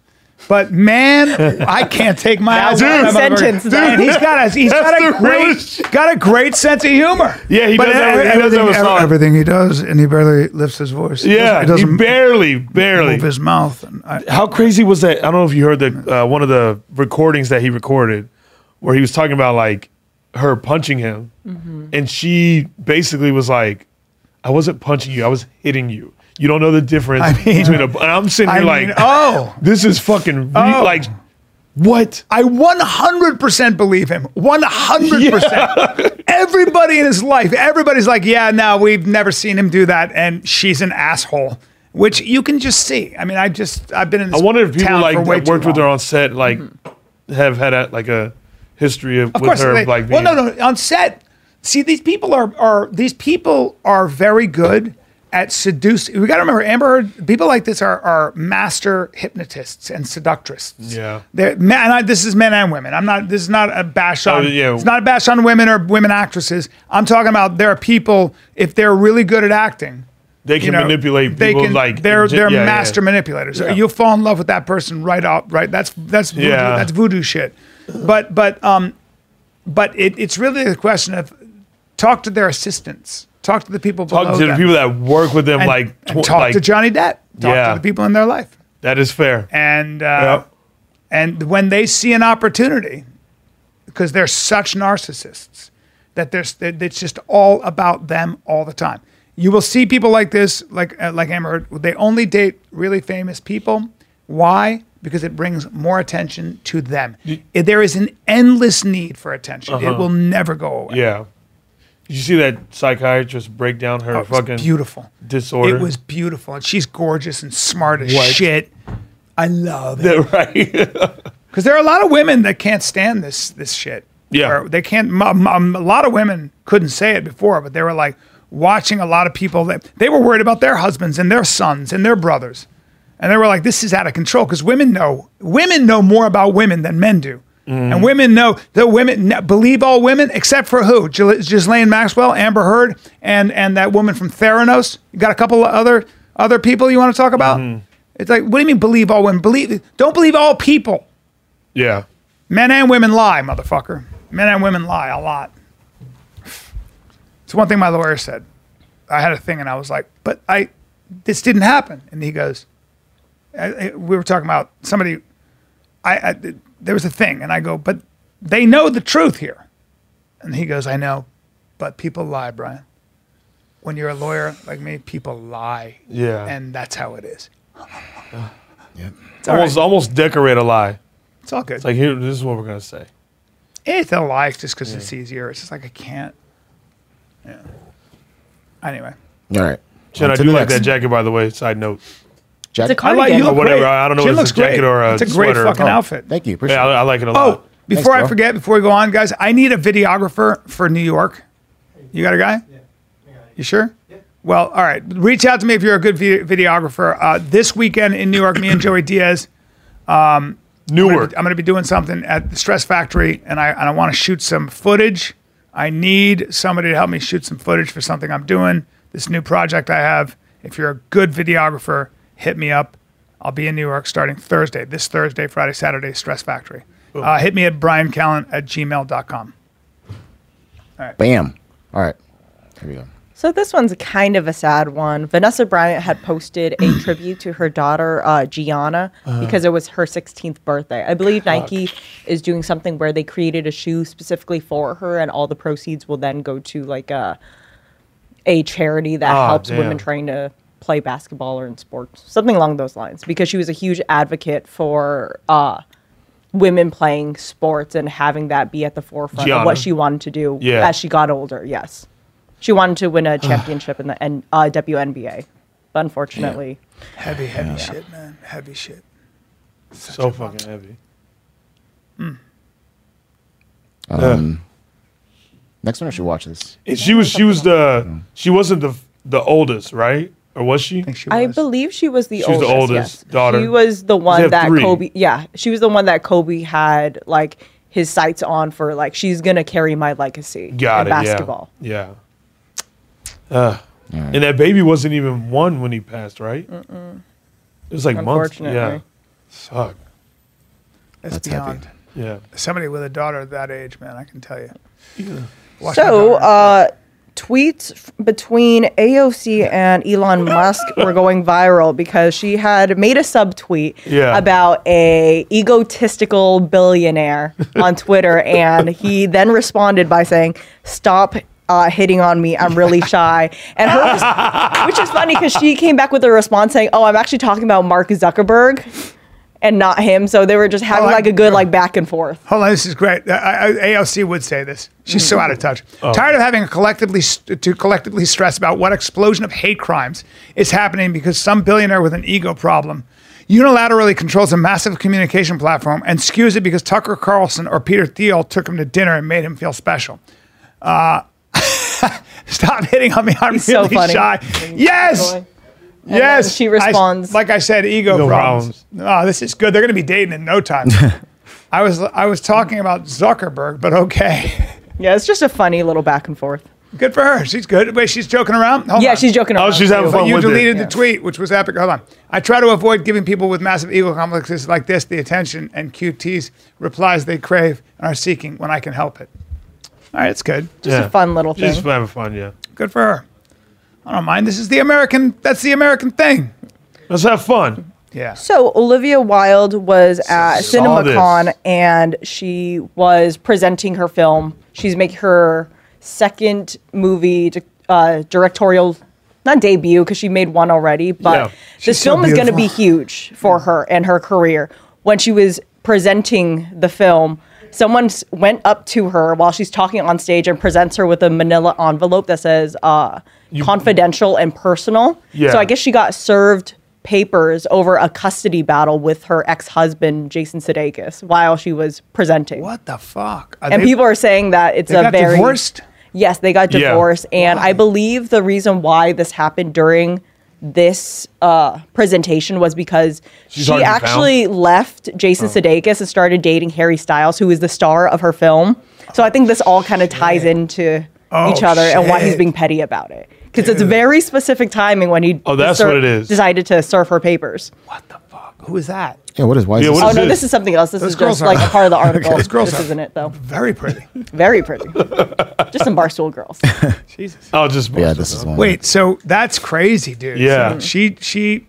A: But man, I can't take my eyes
F: Dude.
A: off that motherfucker.
F: Sentence,
A: Dude,
F: that.
A: he's got a he's got
B: That's
A: a
B: the realest
A: great got a great sense of humor.
B: Yeah, he
A: But
B: does
A: e-
B: everything- he does
A: everything,
B: every song.
A: everything he does, and he barely lifts his voice. He
B: Yeah,
A: doesn't-
B: he,
A: he doesn't
B: barely, barely.
A: move his mouth. And I,
B: How crazy was that? I don't know if you heard the uh, one of the recordings that he recorded, where he was talking about like her punching him,
A: Mm-hmm.
B: and she basically was like, "I wasn't punching you. I was hitting you. You don't know the difference
A: I mean-
B: between a." And I'm sitting
A: I
B: here
A: mean,
B: like,
A: oh.
B: this is fucking re-
A: Oh.
B: like." What?
A: I 100% believe him. 100%. Everybody in his life, everybody's like, yeah, no, we've never seen him do that. And she's an asshole, which you can just see. I mean, I just, I've been in
B: I
A: this
B: wonder if people
A: town
B: like
A: for way
B: that
A: too
B: worked with
A: long. Mm-hmm.
B: her on set like have had a, like a history of,
A: Of
B: with
A: course,
B: her
A: they-
B: like being,
A: well, no, no, on set. See, these people are are these people are very good at seducing. We got to remember, Amber Heard. People like this are are master hypnotists and seductrices.
B: Yeah.
A: they're men. I, this is men and women. I'm not. This is not a bash on.
B: Oh, yeah.
A: It's not a bash on women or women actresses. I'm talking about there are people if they're really good at acting.
B: they can
A: you know,
B: manipulate people like
A: they're
B: ge-
A: they're
B: yeah, yeah.
A: master manipulators.
B: Yeah.
A: You'll fall in love with that person right off. Right, that's that's voodoo,
B: Yeah.
A: that's voodoo shit. But but um, but it, it's really the question of talk to their assistants, talk to the people below
B: talk to the
A: them,
B: people that work with them
A: and,
B: like
A: and
B: tw-
A: talk
B: like,
A: to Johnny Depp, talk
B: Yeah.
A: to the people in their life,
B: That is fair.
A: and uh,
B: Yep.
A: and when they see an opportunity, because they're such narcissists that there's that it's just all about them all the time. You will see people like this, like uh, like Amber. Heard, They only date really famous people. Why? Because it brings more attention to them. If there is an endless need for attention.
B: Uh-huh.
A: It will never go away.
B: Yeah. Did you see that psychiatrist break down her
A: Oh, it was
B: fucking
A: beautiful.
B: disorder?
A: It was beautiful, and she's gorgeous and smart as
B: What?
A: shit. I love it.
B: right.
A: Because there are a lot of women that can't stand this this shit.
B: Yeah.
A: Or they can't. m- m- a lot of women couldn't say it before, but they were like watching a lot of people that they were worried about their husbands and their sons and their brothers, and they were like, "This is out of control." Because women know women know more about women than men do, and women know the women n- believe all women except for who? Ghi- Ghislaine Maxwell, Amber Heard, and and that woman from Theranos. You got a couple of other other people you want to talk about? It's like, what do you mean believe all women? Believe don't believe all people.
B: yeah.
A: Men and women lie, motherfucker. Men and women lie a lot. It's one thing my lawyer said. I had a thing and I was like, but I, this didn't happen. And he goes, I, I- we were talking about somebody, I, I, there was a thing. And I go, but they know the truth here. And he goes, I know, but people lie, Brian. When you're a lawyer like me, people lie.
B: Yeah.
A: And that's how it is.
B: It's almost almost decorate a lie.
A: It's all good.
B: It's like here this is what we're gonna
A: Oh,
B: say.
A: It's a life just because it's easier. It's just like I can't. Yeah. Anyway,
D: All right.
B: Chad,
D: On
B: I
D: to
B: do
D: the
B: like
D: next.
B: that jacket by the way, side note.
D: Jack-
F: It's a
A: I like
F: cardigan.
A: you. Look
B: Or whatever,
A: great.
B: I don't know
A: Jim
B: if it's a
A: looks great.
B: jacket or a
A: It's a great
B: sweater.
A: fucking
B: Oh,
A: outfit.
D: Thank you. Appreciate
B: Yeah, I, I like it a
A: Oh,
B: lot.
A: before
D: Thanks,
A: I
D: bro.
A: forget, before we go on, guys, I need a videographer for New York. You got a guy? Yeah. You sure? Yeah. Well, all right. Reach out to me if you're a good vi- videographer. Uh, this weekend in New York, me and Joey Diaz,
B: Newark.
A: I'm going to be doing something at the Stress Factory, and I and I want to shoot some footage. I need somebody to help me shoot some footage for something I'm doing. This new project I have. If you're a good videographer, hit me up. I'll be in New York starting Thursday, this Thursday, Friday, Saturday, Stress Factory. Uh, hit me at briancallen at gmail.com.
D: it. Bam. All right. Here we go.
F: So this one's kind of a sad one. Vanessa Bryant had posted a tribute to her daughter uh, Gianna
B: Uh-huh.
F: because it was her 16th birthday. I believe Nike is doing something where they created a shoe specifically for her, and all the proceeds will then go to like a a charity that
B: Ah,
F: helps
B: damn.
F: women trying to play basketball or in sports, something along those lines. Because she was a huge advocate for uh, women playing sports and having that be at the forefront of
B: Gianna.
F: what she wanted to do
B: Yeah.
F: as she got older. Yes. She wanted to win a championship in the N- uh, WNBA, but unfortunately,
A: Heavy, heavy shit, man. Heavy shit.
B: so fucking heavy.
D: Next one, I should watch this.
B: And she was she was the she wasn't the the oldest, right? Or was she?
A: I think she
F: I
A: was.
F: believe she was the
B: She was
F: oldest.
B: the oldest
F: yes.
B: daughter.
F: She was the
B: they
F: one
B: have
F: that
B: three.
F: Kobe. Yeah, she was the one that Kobe had like his sights on for like she's gonna carry my legacy
B: Got
F: in
B: it.
F: basketball.
B: Yeah. yeah. Uh, And that baby wasn't even one when he passed, right? It was like months. Yeah.
F: Unfortunately.
B: Fuck.
A: That's,
D: That's heavy.
A: beyond.
B: Yeah.
A: Somebody with a daughter that age, man, I can tell you. Watch my
F: So,
A: daughter.
F: uh, tweets f- between AOC and Elon Musk were going viral because she had made a subtweet
B: Yeah.
F: about a egotistical billionaire on Twitter, and he then responded by saying, "Stop." Uh, hitting on me, I'm really shy, and her, res- which is funny because she came back with a response saying, "Oh, I'm actually talking about Mark Zuckerberg, and not him." So they were just having
A: I-
F: like a good like back and forth.
A: Hold on, this is great. I, I, AOC would say this. She's so out of touch. Tired of having a collectively st- to collectively stress about what explosion of hate crimes is happening because some billionaire with an ego problem unilaterally controls a massive communication platform and skews it because Tucker Carlson or Peter Thiel took him to dinner and made him feel special. Uh, stop hitting on me. I'm
F: He's so
A: really
F: funny.
A: shy. Yes.
F: then
A: Yes.
F: she
A: I-
F: responds.
A: like I said, ego
B: No
A: problems. Oh, this is good. They're going to be dating in no time. I was I was talking about Zuckerberg, but okay.
F: Yeah, it's just a funny little back and forth.
A: Good for her. She's good. Wait, she's joking around. Hold
F: Yeah,
A: on.
F: she's joking.
B: Oh,
F: around,
B: she's having
F: too.
B: fun.
A: But you
B: with it.
A: deleted
F: Yeah.
A: the tweet, which was epic. Hold on. I try to avoid giving people with massive ego complexes like this the attention and QT's replies they crave and are seeking when I can help it. All right, it's good.
F: Just a fun little
B: Just
F: thing.
B: having fun, yeah.
A: Good for her. I don't mind. This is the American. That's the American thing.
B: Let's have fun.
A: Yeah.
F: So Olivia Wilde was at
B: saw
F: CinemaCon
B: this.
F: and she was presenting her film. She's making her second movie di- uh, directorial, not debut because she made one already,
B: Yeah.
F: but
A: She's
F: this
A: so
F: film is going to be
A: beautiful.
F: huge for her and her career. When she was presenting the film, someone s- went up to her while she's talking on stage and presents her with a manila envelope that says uh, confidential and personal.
B: Yeah.
F: So I guess she got served papers over a custody battle with her ex husband, Jason Sudeikis, while she was presenting.
A: What the fuck? Are
F: And
A: they-
F: people are saying that it's
A: they
F: a
A: got
F: very.
A: divorced.
F: Yes, they got
B: Yeah.
F: divorced. And I believe the reason why this happened during this uh, presentation was because
B: She's
F: she
B: already found? Oh.
F: actually left Jason Sudeikis and started dating Harry Styles, who is the star of her film. So I think this all kind
B: Oh,
F: of ties into
A: Oh,
F: each other and why he's
A: shit.
F: being petty about it. Because it's very specific timing when he
B: Oh, that's what it is.
F: decided to serve her papers.
A: What the fuck? Who is that?
D: Yeah, what is why?
B: Yeah,
D: is
B: what
F: Oh
B: is
F: no,
B: it?
F: this is something else. This
A: Those
F: is
A: girls
F: just
A: are-
F: like a part of the article.
A: those girls
F: this
A: are-
F: isn't it though.
A: Very pretty.
F: Very pretty. just some barstool girls.
A: Jesus.
B: I'll just
D: yeah, this is one.
A: Wait, so that's crazy, dude.
B: Yeah.
A: So she she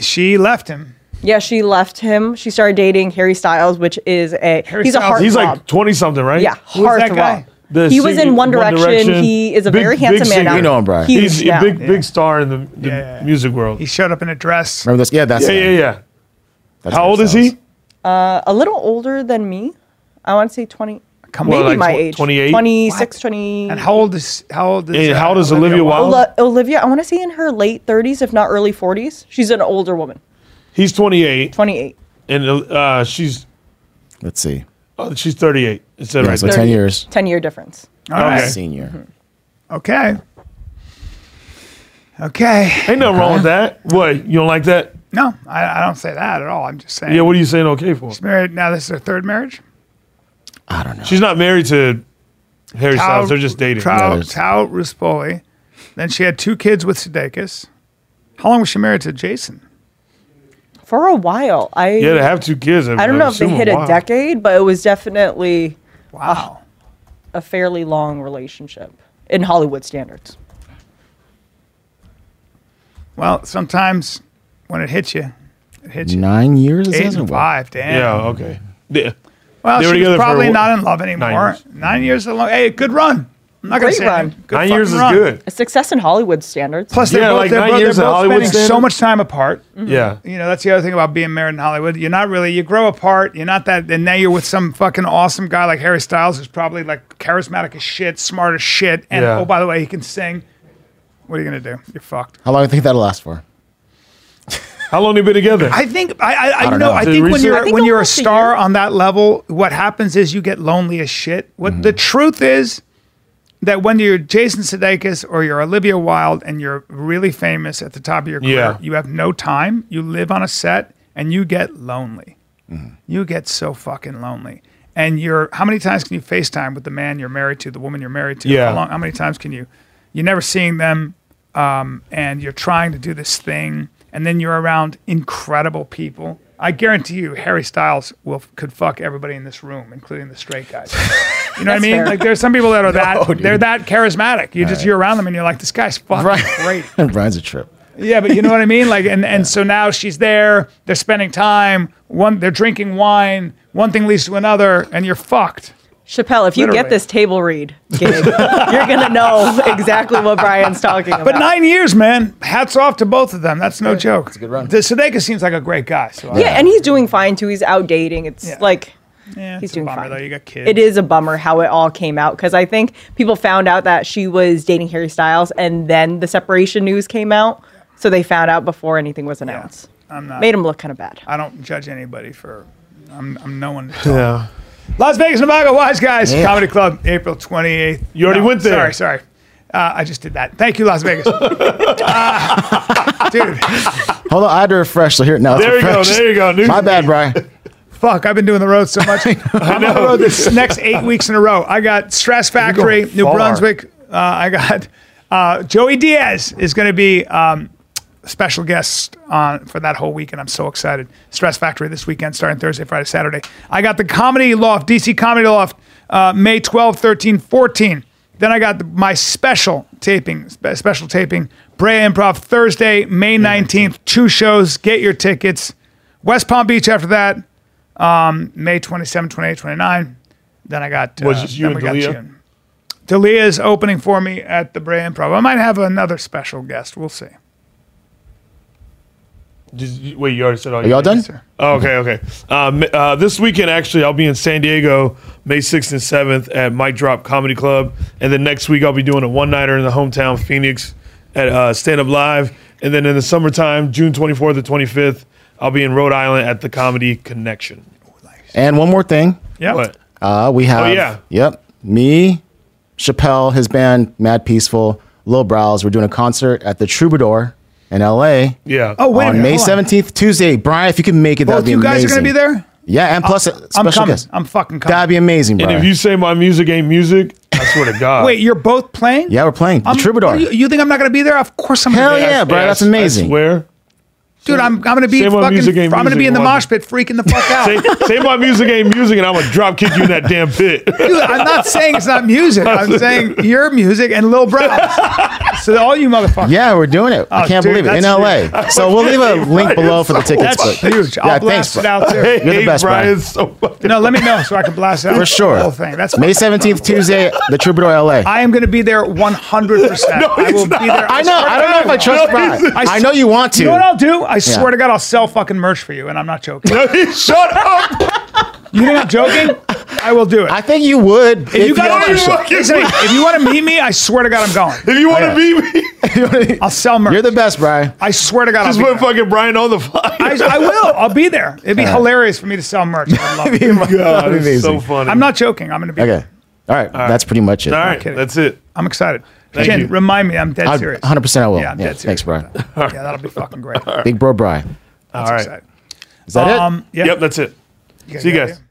A: she left him.
F: Yeah, she left him. She started dating Harry Styles, which is a
A: Harry
F: he's
A: Styles,
F: a heartthrob.
B: He's like 20 something, right?
F: yeah,
A: Who is that
F: heartthrob.
A: guy?
B: The
F: He was
B: singer-
F: in One Direction. He is a
B: Big-
F: very
B: big
F: handsome man.
B: singer.
F: now.
D: You know him, Brian.
F: Huge
B: He's
F: now.
B: a big, big star in the, the
A: Yeah.
B: music world.
A: He showed up in a dress.
D: Remember this? Yeah, that's
B: yeah, yeah,
D: him.
B: yeah.
D: That's
B: How
D: him,
B: old is
D: Styles.
B: he?
F: a little older than me. I want to say twenty.
A: Come
F: maybe
B: Well, like
F: my
B: tw-
F: age.
B: 28?
F: 26,
A: What?
F: 20.
A: And how old is how old is uh,
B: And how old is Olivia Wilde?
F: Ola- Olivia, I want to say in her late 30s, if not early 40s. She's an older woman,
B: He's 28,
F: 28.
B: and uh, she's
D: Let's see.
B: uh, she's 38. It said
D: Yeah,
B: right
D: so
B: there.
D: 10 years.
F: 10 year difference.
A: All right.
B: Okay.
D: Senior.
A: Okay. Okay.
B: Ain't nothing wrong with that. What you don't like that?
A: No, I, I don't say that at all. I'm just saying.
B: Yeah. What are you saying? Okay for?
A: married now. This is her third marriage.
D: I don't know.
B: She's not married to Harry
A: Tao-
B: Styles. They're just dating.
A: Tao,
D: Yeah, there's-
A: Tao Ruspoli. Then she had two kids with Sudeikis. How long was she married to Jason?
F: For a while, I
B: Yeah, they have two kids.
F: I don't know if they hit a decade, but it was definitely
A: Wow.
F: a fairly long relationship in Hollywood standards.
A: Well, sometimes when it hits you, it hits you.
D: Nine years? It
A: Eight
D: says?
A: and
D: Wow.
A: five. Damn.
B: Yeah. Okay. Yeah.
A: Well,
B: They
A: she was
B: were together for
A: probably
B: what-
A: not in love anymore. Nine
B: years.
A: years, alone. Hey, good run. I'm not going
F: Great
A: to say
F: run.
A: anything. Good
B: Nine years
A: fucking
B: is
A: run.
B: good.
F: A success in Hollywood standards.
A: Plus, they're
B: Yeah,
A: both,
B: like
A: they're
B: nine
A: both,
B: years
A: they're
B: in
A: both
B: Hollywood
A: spending so
B: standards.
A: much time apart.
B: Yeah.
A: You know, that's the other thing about being married in Hollywood. You're not really, you grow apart. You're not that, and now you're with some fucking awesome guy like Harry Styles, who's probably like charismatic as shit, smart as shit. And
B: Yeah.
A: oh, by the way, he can sing. What are you going to do? You're fucked.
D: How long do you think that'll last for?
B: How long they been together?
A: I think I I, I, know,
D: don't know.
A: I
B: The
A: think when
B: reason-
A: you're
B: I
F: think
A: when
F: it'll
A: you're a
F: last a
A: star
F: year.
A: on that level, what happens is you get lonely as shit. What the truth is that when you're Jason Sudeikis or you're Olivia Wilde and you're really famous at the top of your career,
B: Yeah.
A: you have no time. You live on a set and you get lonely. You get so fucking lonely. And you're how many times can you FaceTime with the man you're married to, the woman you're married to?
B: Yeah.
A: How long how many times can you you're never seeing them um, and you're trying to do this thing and then you're around incredible people I guarantee you, Harry Styles will could fuck everybody in this room, including the straight guys. You know what I mean?
F: fair.
A: Like there's some people that are that
D: dude.
A: they're that charismatic. You just you're around them and you're like, this guy's fucking great.
D: Brian's a trip.
A: Yeah, but you know what I mean? Like, and, and so now she's there, they're spending time, one, they're drinking wine, one thing leads to another, and you're fucked.
F: Chappelle, if you
A: Literally.
F: get this table read gig, you're gonna know exactly what Brian's talking about.
A: But nine years, man, hats off to both of them. That's no joke. It's a
D: good run.
A: The Sudeikis seems like a great guy. So I-
F: yeah, and he's doing fine too. He's out dating. It's
A: Yeah.
F: like
A: yeah,
F: he's
A: it's a
F: doing
A: bummer,
F: fine.
A: Though. You got kids.
F: it is a bummer how it all came out because I think people found out that she was dating Harry Styles, and then the separation news came out, so they found out before anything was announced.
A: I'm not.
F: Made him look kind of bad.
A: I don't judge anybody for. I'm, I'm no one.
B: Yeah.
A: Las Vegas, Nevada, Wise Guys
D: Yeah.
A: Comedy Club, April 28th.
B: You already went there.
A: Sorry, sorry. Uh, I just did that. Thank you, Las Vegas. Uh, dude,
D: Hold on, I had to refresh. So here, no, it's
B: There you go.
D: refreshed.
B: There you go. New
D: My bad, Brian.
A: fuck, I've been doing the road so much. I'm on the road this next eight weeks in a row. I got Stress Factory,
B: going
A: New
B: far.
A: Brunswick. Uh, I got uh, Joey Diaz is going to be um, special guest on for that whole weekend. I'm so excited. Stress Factory this weekend, starting Thursday, Friday, Saturday. I got the Comedy Loft, DC Comedy Loft, uh, May 12, 13, 14. Then I got the, my special taping, spe- special taping, Brea Improv Thursday, May 19th. Two shows. Get your tickets. West Palm Beach after that, um, May 27, 28, 29. Then I got. uh,
B: Was it
A: then
B: you and
A: we
B: D'Elia?
A: got June. Delia's opening for me at the Bray Improv. I might have another special guest. We'll see.
B: Just, you- wait, you already said all.
D: Are y'all done?
B: Oh, okay, okay. Um, uh, this weekend, actually, I'll be in San Diego, May 6th and 7th at Mike Drop Comedy Club. And then next week, I'll be doing a one nighter in the hometown Phoenix at uh, Stand Up Live. And then in the summertime, June 24th to 25th, I'll be in Rhode Island at the Comedy Connection.
D: And one more thing.
A: Yeah.
B: What?
D: Uh, we have.
B: Oh, yeah.
D: Yep. Me, Chappelle, his band, Mad Peaceful, Lil Brows. We're doing a concert at the Troubadour in L.A.
B: Yeah.
A: Oh, wait a
D: on
A: minute.
D: May
A: hold on.
D: seventeenth, Tuesday. Brian, if you can make it, that'd
A: Both
D: be
A: you
D: amazing.
A: guys are going to be there?
D: Yeah, and plus a
A: I'm
D: special
A: coming.
D: guest.
A: I'm fucking coming.
D: That'd be amazing,
B: And
D: Brian.
B: if you say my music ain't music, I swear to God.
A: Wait, you're both playing?
D: yeah, we're playing the
A: I'm-
D: Troubadour.
A: You, you think I'm not going to be there? Of course I'm
D: Hell
A: going to be there.
D: yeah, Brian, that's amazing.
B: I swear.
A: Dude, I'm, I'm going to be
B: Same on
A: fucking,
B: Music Game
A: I'm going to be
B: Music
A: in the
B: One.
A: mosh pit freaking the fuck out.
B: Say, say my music ain't music, and I'm gonna drop kick you in that damn pit.
A: Dude, I'm not saying it's not music. I'm saying your music and Lil Brown. so all you motherfuckers.
D: Yeah, we're doing it. I
A: Oh,
D: can't
A: dude,
D: believe it. In
A: that's
D: LA. So we'll leave a link below for the tickets.
A: That's
D: but-
A: huge. I'll
D: Yeah,
A: blast
D: thanks.
A: it
D: bro.
A: out too.
B: Hey,
D: You're the best, Brian.
B: Brian's so fucking.
A: No, let me know so I can blast out
D: For sure.
A: the whole thing. That's
D: May 17th, Tuesday, the Troubadour LA. I,
A: I am going to be there 100. percent I will be there. swear
D: know. I
A: to
D: don't know
A: God.
D: if I trust Brian.
A: I
D: I,
A: s-
D: know you want
A: You
D: to.
A: know what I'll do? I swear to God, I'll sell fucking merch for you, and I'm not joking.
B: No, he- shut up!
A: you think I'm joking? I will do it.
D: I think you would.
A: if you
D: want
A: guys,
D: to.
B: want to.
A: listen, if you want to meet me, I swear to God, I'm going.
B: If you want
D: yeah.
B: to be me,
A: I'll sell merch.
D: You're the best, Brian.
A: I swear to God, I'll
B: just
A: be
B: put
A: there.
B: fucking Brian on the fly.
A: I, I will. I'll be there. It'd be hilarious for me to sell merch. I love it.
B: God,
D: That'd be
B: it's so
D: amazing.
B: funny.
A: I'm not joking. I'm going to be.
D: Okay. All right. That's pretty much it.
B: All right,
A: kidding.
B: that's it.
A: I'm excited.
B: Thank
A: Jen,
B: you.
A: remind me. I'm dead
D: I,
A: serious.
D: 100% I will.
A: Yeah, I'm dead serious.
D: thanks, Brian.
A: Yeah, that'll be fucking great.
D: Big bro, Brian.
B: All right.
A: Excited.
D: Is that
A: Um,
D: it?
A: yeah.
B: Yep, that's it.
A: guys
B: See you
A: got
B: guys.
A: it?